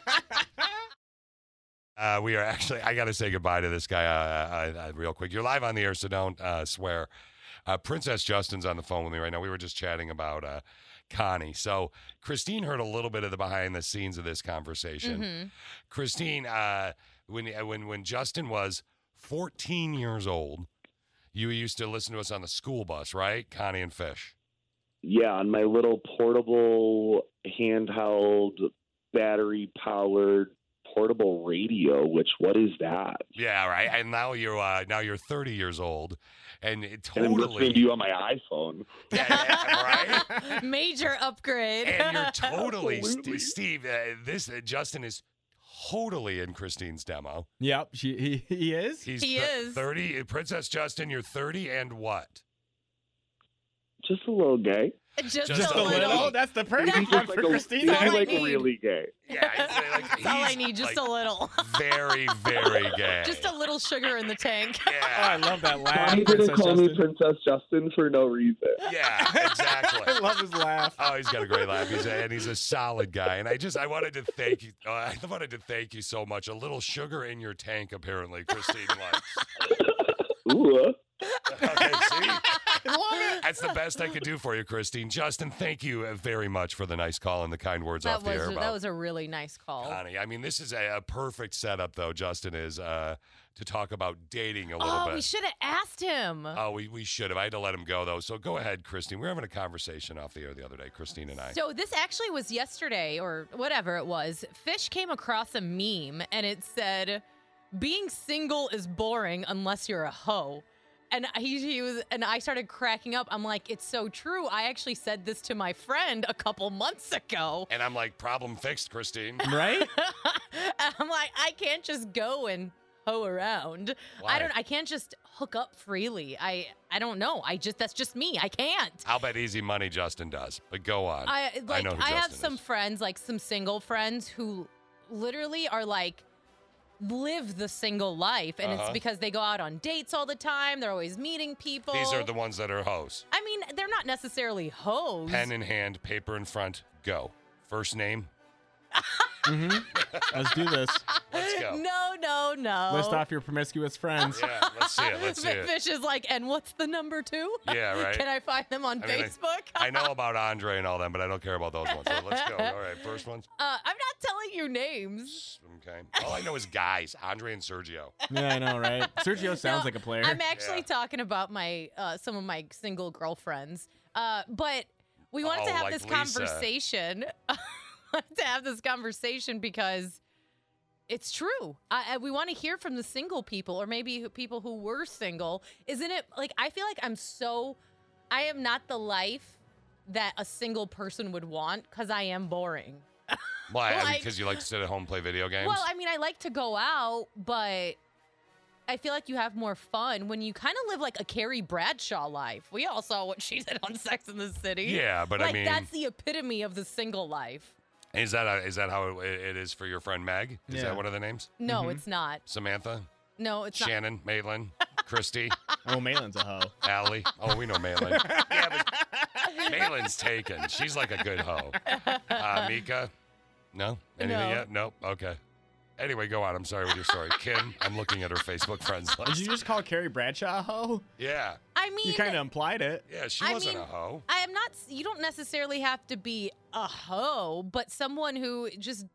G: (laughs) Uh, we are actually. I got to say goodbye to this guy uh, uh, uh, real quick. You're live on the air, so don't uh, swear. Uh, Princess Justin's on the phone with me right now. We were just chatting about uh, Connie. So Christine heard a little bit of the behind the scenes of this conversation.
B: Mhm.
G: Christine, uh, when uh, when when Justin was 14 years old, you used to listen to us on the school bus, right? Connie and Fish.
Y: yeah, on my little portable, handheld, battery powered portable radio, which what is that?
G: Yeah, right. And now you're uh, now you're 30 years old, and it totally.
Y: And I'm listening to you on my
G: (laughs)
Y: iPhone.
I: (laughs) Major upgrade.
G: and you're totally St- Steve. Uh, this uh, Justin is totally in Christine's demo.
H: Yep, she he, he is.
G: He's thir- thirty. uh, Princess Justin, you're thirty and
I: (laughs)
G: what?
Y: Just a little gay.
I: (laughs) Just,
G: Just a a little? little?
H: That's the
Y: He's
H: perfect
Y: just
H: one
Y: like
H: for
Y: a-
H: Christina. Oh,
Y: he's like really gay.
G: Yeah, it's, uh, like,
I: That's all I
G: he's,
I: need, just
G: like,
I: a little. (laughs)
G: Very, very gay.
I: Just a little sugar in the tank.
G: I
H: love that
Y: Connie didn't call me Princess Justin for no reason.
G: yeah,
I: (laughs)
G: exactly.
Y: (laughs)
G: I
H: love his laugh.
G: Oh, he's got a great laugh. He's a, and he's a solid guy. And I just I wanted to thank you. Uh, I wanted to thank you so much. A little sugar in your tank, apparently, Christine likes.
Y: Ooh.
G: Okay, see? That's the best I could do for you, Christine. Justin, thank you uh, very much for the nice call and the kind words
I: (laughs) That
G: off the
I: was
G: air about
I: that was a really nice call.
G: Connie. I mean, this is a, a perfect setup, though. Justin is uh, to talk about dating a little
I: Oh,
G: bit.
I: we should have asked him.
G: Oh, we, we should have. I had to let him go though. So go ahead, Christine. We were having a conversation off the air the other day, Christine and I.
I: So this actually was yesterday or whatever it was. Fish came across a meme and it said, being single is boring unless you're a hoe. And he, he was, and I started cracking up. I'm like, it's so true. I actually said this to my friend a couple months ago. (laughs)
G: And I'm like, problem fixed, Christine.
H: Right?
I: I'm like, I can't just go and hoe around.
G: Why?
I: I don't. I can't just hook up freely. I, I don't know. I just that's just me. I can't.
G: I'll bet easy money Justin does. But go on.
I: I like
G: know
I: I,
G: who
I: have
G: Justin is.
I: some friends, like some single friends who literally are like live the single life and
G: Uh-huh.
I: it's because they go out on dates all the time. They're always meeting people.
G: These are the ones that are hoes.
I: I mean, they're not necessarily hoes.
G: Pen in hand, paper in front, go. First name.
H: Let's do this.
G: Let's go.
I: (laughs) No, no, no.
H: List off your promiscuous friends.
G: Yeah, let's
I: (laughs)
G: see it. Let's see it.
I: Fish is like, and what's the number two? (laughs)
G: Yeah, right.
I: Can I find them on
G: I mean, I-
I: Facebook?
G: I know about Andre and all them, but I don't care about those ones. So let's go. All right, first ones.
I: Uh, I'm not telling you names.
G: Okay. All I know is guys, Andre and Sergio.
H: Yeah, I know, right? Sergio
I: (laughs)
H: sounds like a player.
I: I'm actually talking about my uh, some of my single girlfriends. Uh, but we wanted to
G: Oh,
I: have
G: like
I: this
G: Lisa.
I: conversation. (laughs) wanted to have this conversation because it's true. I, I, we want to hear from the single people, or maybe who- people who were single. Isn't it like I feel like I'm so I am not the life that a single person would want because I am boring.
G: Why?
I: Like-
G: Because you like to sit at home and play video games?
I: Well, I mean, I like to go out, but I feel like you have more fun when you kind of live like a Carrie Bradshaw life. We all saw what she (laughs) did on Sex in the City.
G: Yeah, but I
I: Like,
G: mean-
I: that's the epitome of the single life.
G: is that a, is that how it, it is for your friend Meg? Is
I: Yeah.
G: that one of the names?
I: No, it's not.
G: Samantha,
I: No, it's not.
G: Shannon,
I: (laughs)
G: Maitland, Christy,
H: Oh, Maitland's a
G: (laughs)
H: hoe.
G: Allie. Oh, we
H: (laughs)
G: know Maitland. yeah, but Maitland's taken. She's like a good hoe. Uh, Mika, no, anything
H: No.
G: yet? Nope. Okay. Anyway, go on. I'm sorry with your story. Kim, I'm looking at her Facebook friends
H: Did you
G: list.
H: just call Carrie Bradshaw a hoe?
G: Yeah.
I: I mean,
H: You kind of implied it.
G: Yeah, she
I: I
G: wasn't
I: mean,
G: a hoe.
I: I am not, you don't necessarily have to be a hoe, but someone who just,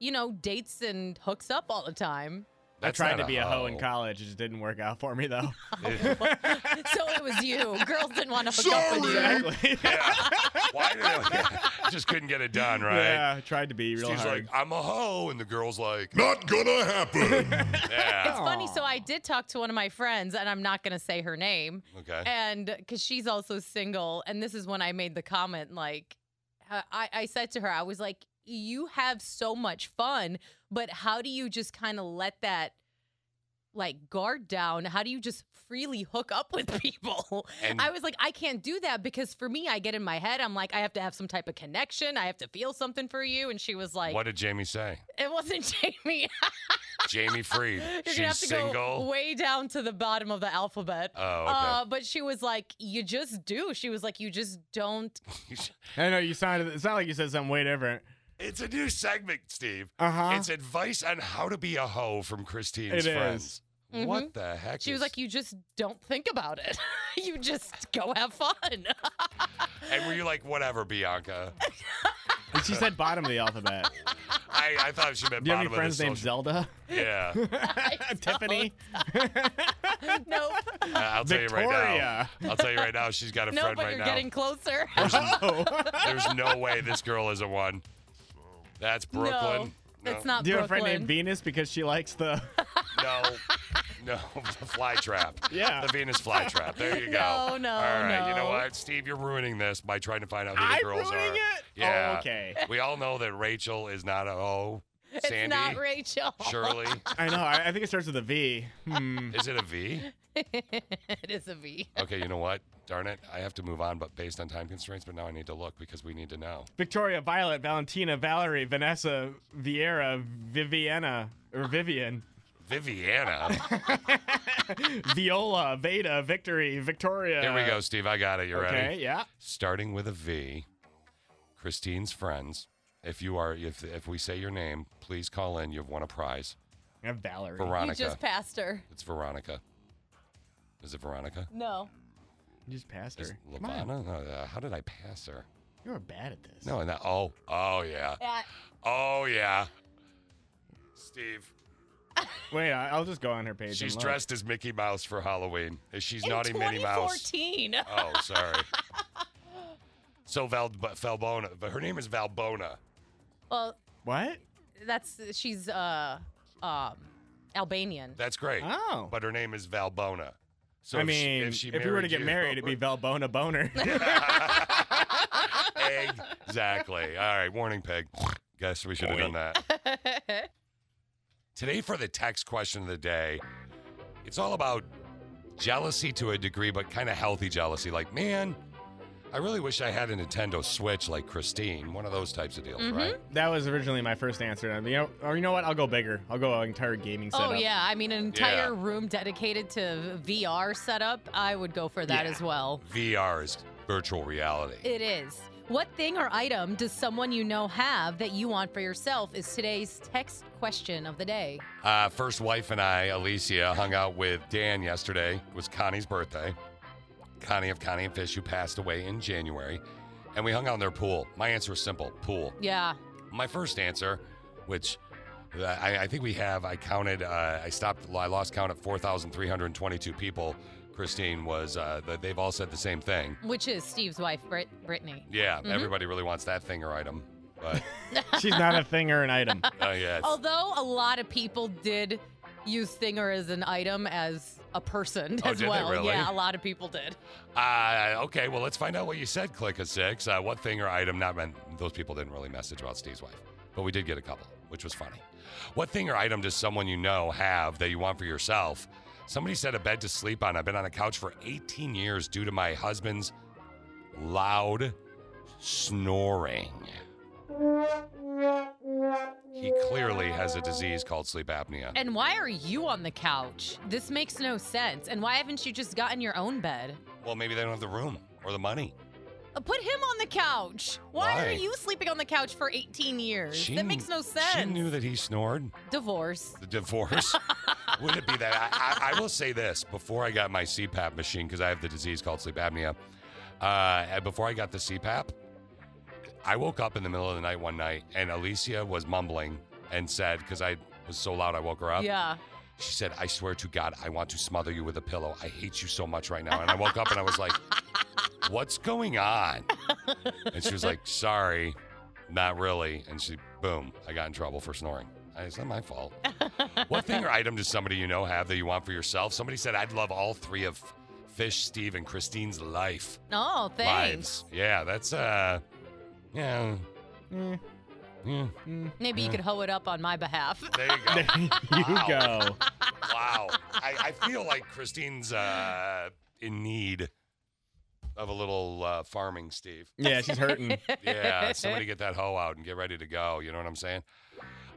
I: you know, dates and hooks up all
G: (laughs)
I: the time.
H: I
G: That's
H: tried
G: not
H: to
G: a
H: be a hoe in
G: hoe.
H: college. It just didn't work out for me, though. (laughs)
I: so it was you. Girls didn't want to hook up with you.
H: exactly.
G: Why did I (laughs) just couldn't get it done, (laughs) right?
H: Yeah, I tried to be real
G: She's
H: hard.
G: like, I'm a hoe, and the girl's like, not
H: (laughs)
G: gonna happen. yeah.
I: It's funny. So I did talk to one of my friends, and I'm not going to say her name.
G: Okay.
I: And because she's also single, and this is when I made the comment. Like, uh, I, I said to her, I was like, "You have so much fun, but how do you just kind of let that?" like guard down how do you just freely hook up with (laughs) people
G: And-
I: i was like i can't do that because for me i get in my head i'm like i have to have some type of connection i have to feel something for you and she was like
G: what did Jamie say?
I: it wasn't (laughs) jamie
G: Jamie Freed.
I: (laughs) You're
G: She's
I: gonna have to
G: single.
I: go way down to the bottom of the alphabet.
G: Oh, okay.
I: Uh, but she was like, "You just do." She was like, "You just don't."
G: (laughs)
H: I know you sounded. It's not like you said something way different.
G: it's a new segment, Steve.
H: Uh-huh.
G: It's advice on how to be a hoe from
H: It
G: Christine's
H: is.
G: friends.
I: Mhm.
G: What the heck?
I: She was
G: is-
I: like, "You just don't think about it. (laughs) you just go have fun." (laughs)
G: and were you like, whatever, Bianca?
H: And she said bottom of the alphabet.
G: I, I thought she meant
H: Do you have
G: bottom
H: any friends
G: of the
H: named
G: social-
H: Zelda?
G: Yeah.
H: (laughs) Tiffany?
I: nope.
G: Uh, I'll tell you right
H: Victoria.
G: now. I'll tell you right now. She's got a
I: no,
G: friend
I: but
G: right
I: you're
G: now. (laughs)
I: getting closer. (laughs)
G: There's no way this girl isn't one. That's Brooklyn.
I: No, it's not
H: Do you have a friend
I: Brooklyn.
H: named Venus because she likes
G: (laughs)
H: the.
G: No, no, (laughs) the fly trap.
H: Yeah.
G: the Venus fly trap. There you go.
I: No, no,
G: All right, you know
I: no.
G: what, Steve, you're ruining this by trying to find out who
H: I'm
G: the girls
H: ruining
G: are.
H: it?
G: Yeah.
H: Oh, okay.
G: (laughs) We all know that Rachel is not a oh.
I: it's
G: Sandy,
I: not Rachel. (laughs)
G: Shirley.
H: I know. I, I think it starts with a V. Hmm.
G: Is it a V?
I: it is a V.
G: Okay, you know what? Darn it, I have to move on, but based on time constraints. But now I need to look because we need to know.
H: Victoria, Violet, Valentina, Valerie, Vanessa, Vieira, Viviana, or Vivian,
G: Viviana.
H: Viola, Veda, Victory, Victoria.
G: Here we go, Steve. I got it. You
H: Uh, okay,
G: ready?
H: yeah.
G: Starting with a V. Christine's friends. If you are, if if we say your name, please call in. You've won a prize.
H: I have Valerie.
G: Veronica.
I: You just passed her.
G: It's Veronica. Is it Veronica?
I: No.
H: You just passed
G: Is
H: her. Come
G: Lavana?
H: on.
G: No, uh, how did I pass her?
H: You are bad at this.
G: No, and that. Oh, oh yeah.
I: Yeah.
G: Oh yeah. Steve.
H: Wait, I- I'll just go on her page.
G: She's
H: and look.
G: dressed as Mickey Mouse for Halloween. Is she's
I: In
G: naughty Minnie Mouse?
I: 2014.
G: Oh, sorry. so Val Valbona, but her name is Valbona.
I: Well,
H: What?
I: that's she's uh um Albanian.
G: That's great.
H: Oh.
G: But her name is Valbona. So
H: I
G: if she-
H: mean,
G: if, she
H: if we were to
G: married
H: get
G: you-
H: married, it'd
G: (laughs)
H: be Valbona Boner.
G: exactly. All right, warning pig. Guess we should have done that.
I: (laughs)
G: Today, for the text question of the day, it's all about jealousy to a degree, but kind of healthy jealousy. Like, man, I really wish I had a Nintendo Switch like Christine, one of those types of deals, right?
H: That was originally my first answer. I mean, you know, or you know what? I'll go bigger. I'll go an entire gaming setup.
I: Oh yeah, I mean an entire room dedicated to VR setup. I would go for that
G: Yeah.
I: as well.
G: VR is virtual reality.
I: It is. What thing or item does someone you know have that you want for yourself is today's text question of the day.
G: Uh, first wife and I, Alicia, hung out with Dan yesterday. It was Connie's birthday. Connie of Connie and Fish, who passed away in January. And we hung out in their pool. My answer was simple pool.
I: Yeah.
G: My first answer, which uh, I, I think we have, I counted, uh, I stopped, I lost count at 4,322 people. Christine was, uh, that they've all said the same thing.
I: Which is Steve's wife, Brit- Brittany.
G: Yeah,
I: Mhm.
G: everybody really wants that thing or item. But,
H: She's not a thing or an item. (laughs)
G: (laughs) oh, yeah. it's-
I: Although a lot of people did use Thinger as an item as a person
G: Oh,
I: as
G: did they
I: well.
G: really?
I: Yeah, a lot of people did.
G: Uh, okay, well, let's find out what you said, Click a Six. Uh, what thing or item, not meant, those people didn't really message about Steve's wife, but we did get a couple, which was funny. What thing or item does someone you know have that you want for yourself? Somebody said a bed to sleep on. I've been on a couch for 18 years due to my husband's loud snoring. He clearly has a disease called sleep apnea.
I: And why are you on the couch? This makes no sense. And why haven't you just gotten your own bed?
G: Well, maybe they don't have the room or the money.
I: Uh, Put him on the couch. Why,
G: Why?
I: are you sleeping on the couch for 18 years?
G: She
I: that
G: kn-
I: makes no
G: She
I: sense.
G: knew that he snored.
I: Divorce.
G: The divorce? Would it be that? I, I, I will say this before I got my CPAP machine, because I have the disease called sleep apnea. Uh, and before I got the CPAP, I woke up in the middle of the night one night and Alicia was mumbling and said, because I was so loud, I woke her up.
I: Yeah.
G: She said, I swear to God, I want to smother you with a pillow. I hate you so much right now. And I woke up and I was like, what's going on? And she was like, sorry, not really. And she, boom, I got in trouble for snoring. I- It's not my fault. what thing or item does somebody you know have that you want for yourself? Somebody said, I'd love all three of Fish, Steve, and Christine's life.
I: Oh, thanks.
G: Lives. Yeah, that's, uh, yeah.
H: Mm,
G: yeah.
I: Maybe you
G: Yeah.
I: could hoe it up on my behalf.
G: There you go.
H: (laughs) you go.
G: Wow. I, I feel like Christine's uh, in need of a little uh, farming, Steve.
H: Yeah, she's hurting.
G: yeah, somebody get that hoe out and get ready to go. You know what I'm saying?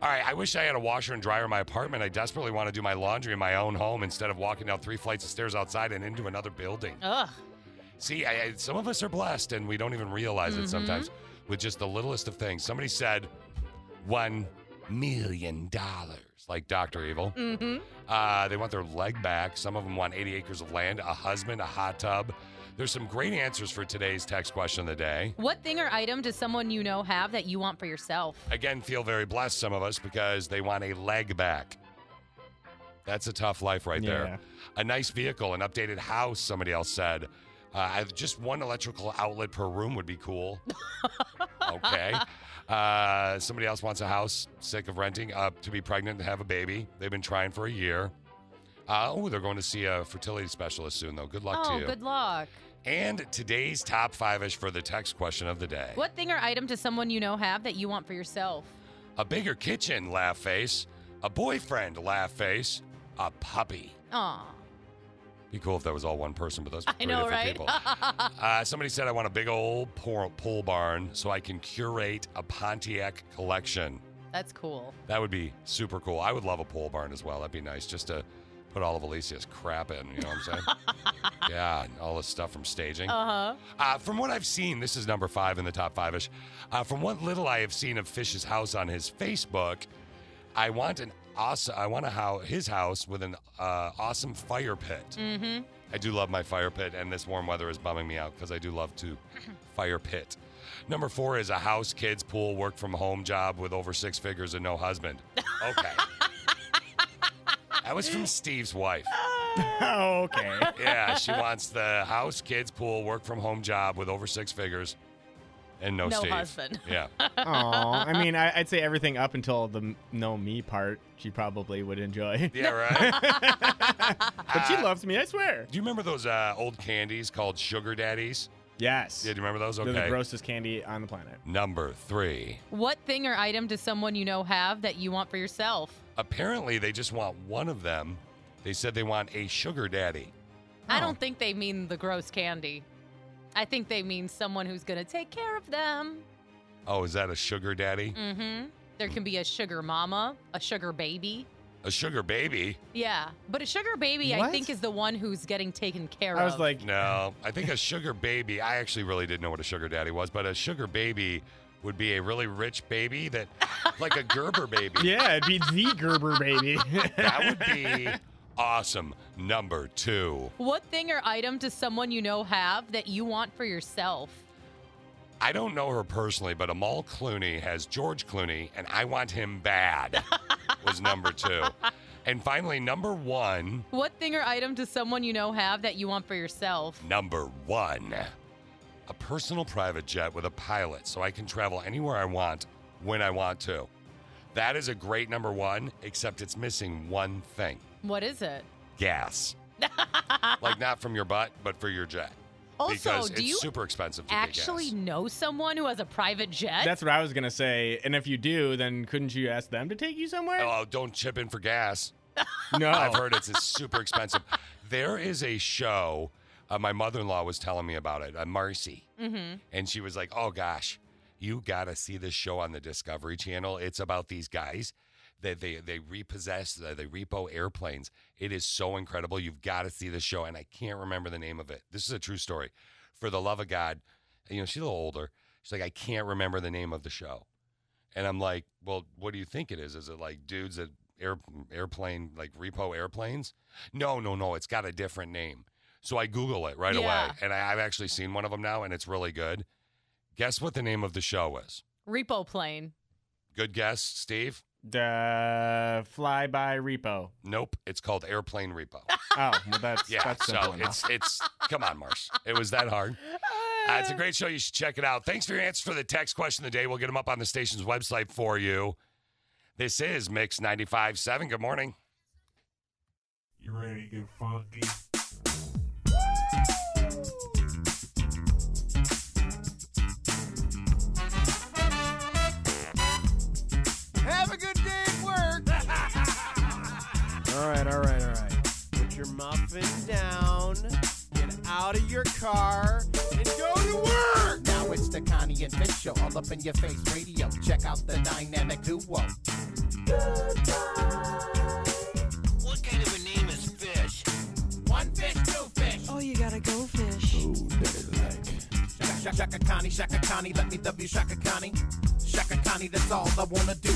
G: All right, I wish I had a washer and dryer in my apartment. I desperately want to do my laundry in my own home instead of walking down three flights of stairs outside and into another building.
I: Ugh.
G: See, I, I, some of us are blessed and we don't even realize it
I: Mhm.
G: sometimes with just the littlest of things. Somebody said $1 million, like Dr. Evil.
I: Mm-hmm.
G: Uh, they want their leg back. Some of them want 80 acres of land, a husband, a hot tub. There's some great answers for today's text question of the day.
I: What thing or item does someone you know have that you want for yourself?
G: Again, feel very blessed, some of us, because they want a leg back. That's a tough life right
H: Yeah.
G: there. A nice vehicle, an updated house, somebody else said. Uh, I- just one electrical outlet per room would be
I: (laughs)
G: cool. okay. Uh, somebody else wants a house, sick of renting, uh, to be pregnant and have a baby. They've been trying for a year. Uh, oh, they're going to see a fertility specialist soon, though. Good luck
I: oh,
G: to you.
I: good luck.
G: And today's top five ish for the text question of the day.
I: What thing or item does someone you know have that you want for yourself?
G: A bigger kitchen, laugh face. A boyfriend, laugh face. A puppy.
I: Aw.
G: Be cool if that was all one person, but those were
I: (laughs) I
G: three
I: know,
G: different
I: right?
G: people.
I: (laughs)
G: uh, somebody said I want a big old por- pole barn so I can curate a Pontiac collection.
I: That's cool.
G: That would be super cool. I would love a pole barn as well. That'd be nice just to put all of Alicia's crap in. You know what
I: (laughs)
G: I'm saying? yeah, and all this stuff from staging.
I: Uh huh.
G: Uh, from what I've seen, this is number five in the top five ish. Uh, from what little I have seen of Fish's house on his Facebook, I want an awesome. I want a house, his house with an uh, awesome fire pit.
I: Mm-hmm.
G: I do love my fire pit, and this warm weather is bumming me out because I do love to fire pit. Number four is a house, kids, pool, work from home job with over six figures and no husband. Okay. that was from Steve's wife.
H: oh, okay.
G: Yeah, she wants the house, kids, pool, work from home job with over six figures and no,
I: No
G: Steve.
I: husband. (laughs)
G: Yeah.
H: Aw, I mean, I, I'd say everything up until the m- no me part, she probably would enjoy.
G: Yeah, right.
H: but she loves me, I swear.
G: Do you remember those uh, old candies called Sugar Daddies?
H: Yes.
G: Yeah, do you remember those? Okay.
H: They're the grossest candy on the planet.
G: Number three.
I: What thing or item does someone you know have that you want for yourself?
G: Apparently, they just want one of them. They said they want a sugar daddy. Oh.
I: I don't think they mean the gross candy. I think they mean someone who's going to take care of them.
G: Oh, is that a sugar daddy?
I: Mm-hmm. There can be a sugar mama, a sugar baby.
G: A sugar baby?
I: Yeah, but a sugar baby, I
G: What?
I: think, is the one who's getting taken care of.
G: (laughs) no. I think a sugar baby. I actually really didn't know what a sugar daddy was, but a sugar baby would be a really rich baby that, like a Gerber baby.
H: (laughs) Yeah, it'd be the Gerber (laughs) baby.
G: That would be (laughs) awesome. Number two.
I: What thing or item does someone you know have that you want for yourself?
G: I don't know her personally, but Amal Clooney has George Clooney, and I want him bad. was number two. And finally, number one.
I: What thing or item does someone you know have that you want for yourself?
G: Number one, a personal private jet with a pilot so I can travel anywhere I want when I want to. That is a great number one, except it's missing one thing
I: What is it? (laughs)
G: gas. like, not from your butt, but for your jet.
I: Also,
G: because
I: do
G: it's
I: you
G: super expensive to
I: Actually,
G: get
I: know someone who has a private jet?
H: That's what I was going to say. And if you do, then couldn't you ask them to take you somewhere?
G: gas. Oh, don't chip in for gas.
H: No.
G: I've heard it's it's super expensive. there is a show, uh, my mother in law was telling me about it, uh, Marcy.
I: Mm-hmm.
G: And she was like, "Oh gosh, you gotta see this show on the Discovery Channel. It's about these guys that they they repossess, uh, they repo airplanes. It is so incredible. You've got to see this show." And I can't remember the name of it. This is a true story. For the love of God, you know she's a little older. She's like, "I can't remember the name of the show," and I'm like, "Well, what do you think it is? Is it like dudes that air airplane like repo airplanes?" No, no, no. It's got a different name. So I Google it right
I: Yeah.
G: away, and I, I've actually seen one of them now, and it's really good. Guess what the name of the show was?
I: Repo plane.
G: Good guess, Steve.
H: The fly by repo.
G: Nope, it's called Airplane Repo.
H: Oh, well, that's,
G: (laughs) Yeah,
H: that's simple
G: so
H: enough.
G: it's it's come on, Mars. It was that hard. Uh, it's a great show. You should check it out. Thanks for your answers for the text question of the day. We'll get them up on the station's website for you. This is Mix 95.7. Good morning.
B: You ready to get funky?
A: Have a good day at
H: (laughs)
A: work.
F: All right, all right, all right.
A: Put your muffin down. Get out of your car and go to work.
D: Now it's the Connie and Fish show, all up in your face radio. Check out the dynamic duo.
V: What kind of a name is Fish?
A: One fish, two fish. Oh, you gotta go fish. Ooh, better like.
Q: Shaka, shaka Connie, Shaka Connie, let me W Shaka Connie. Shaka Connie, that's all I wanna do.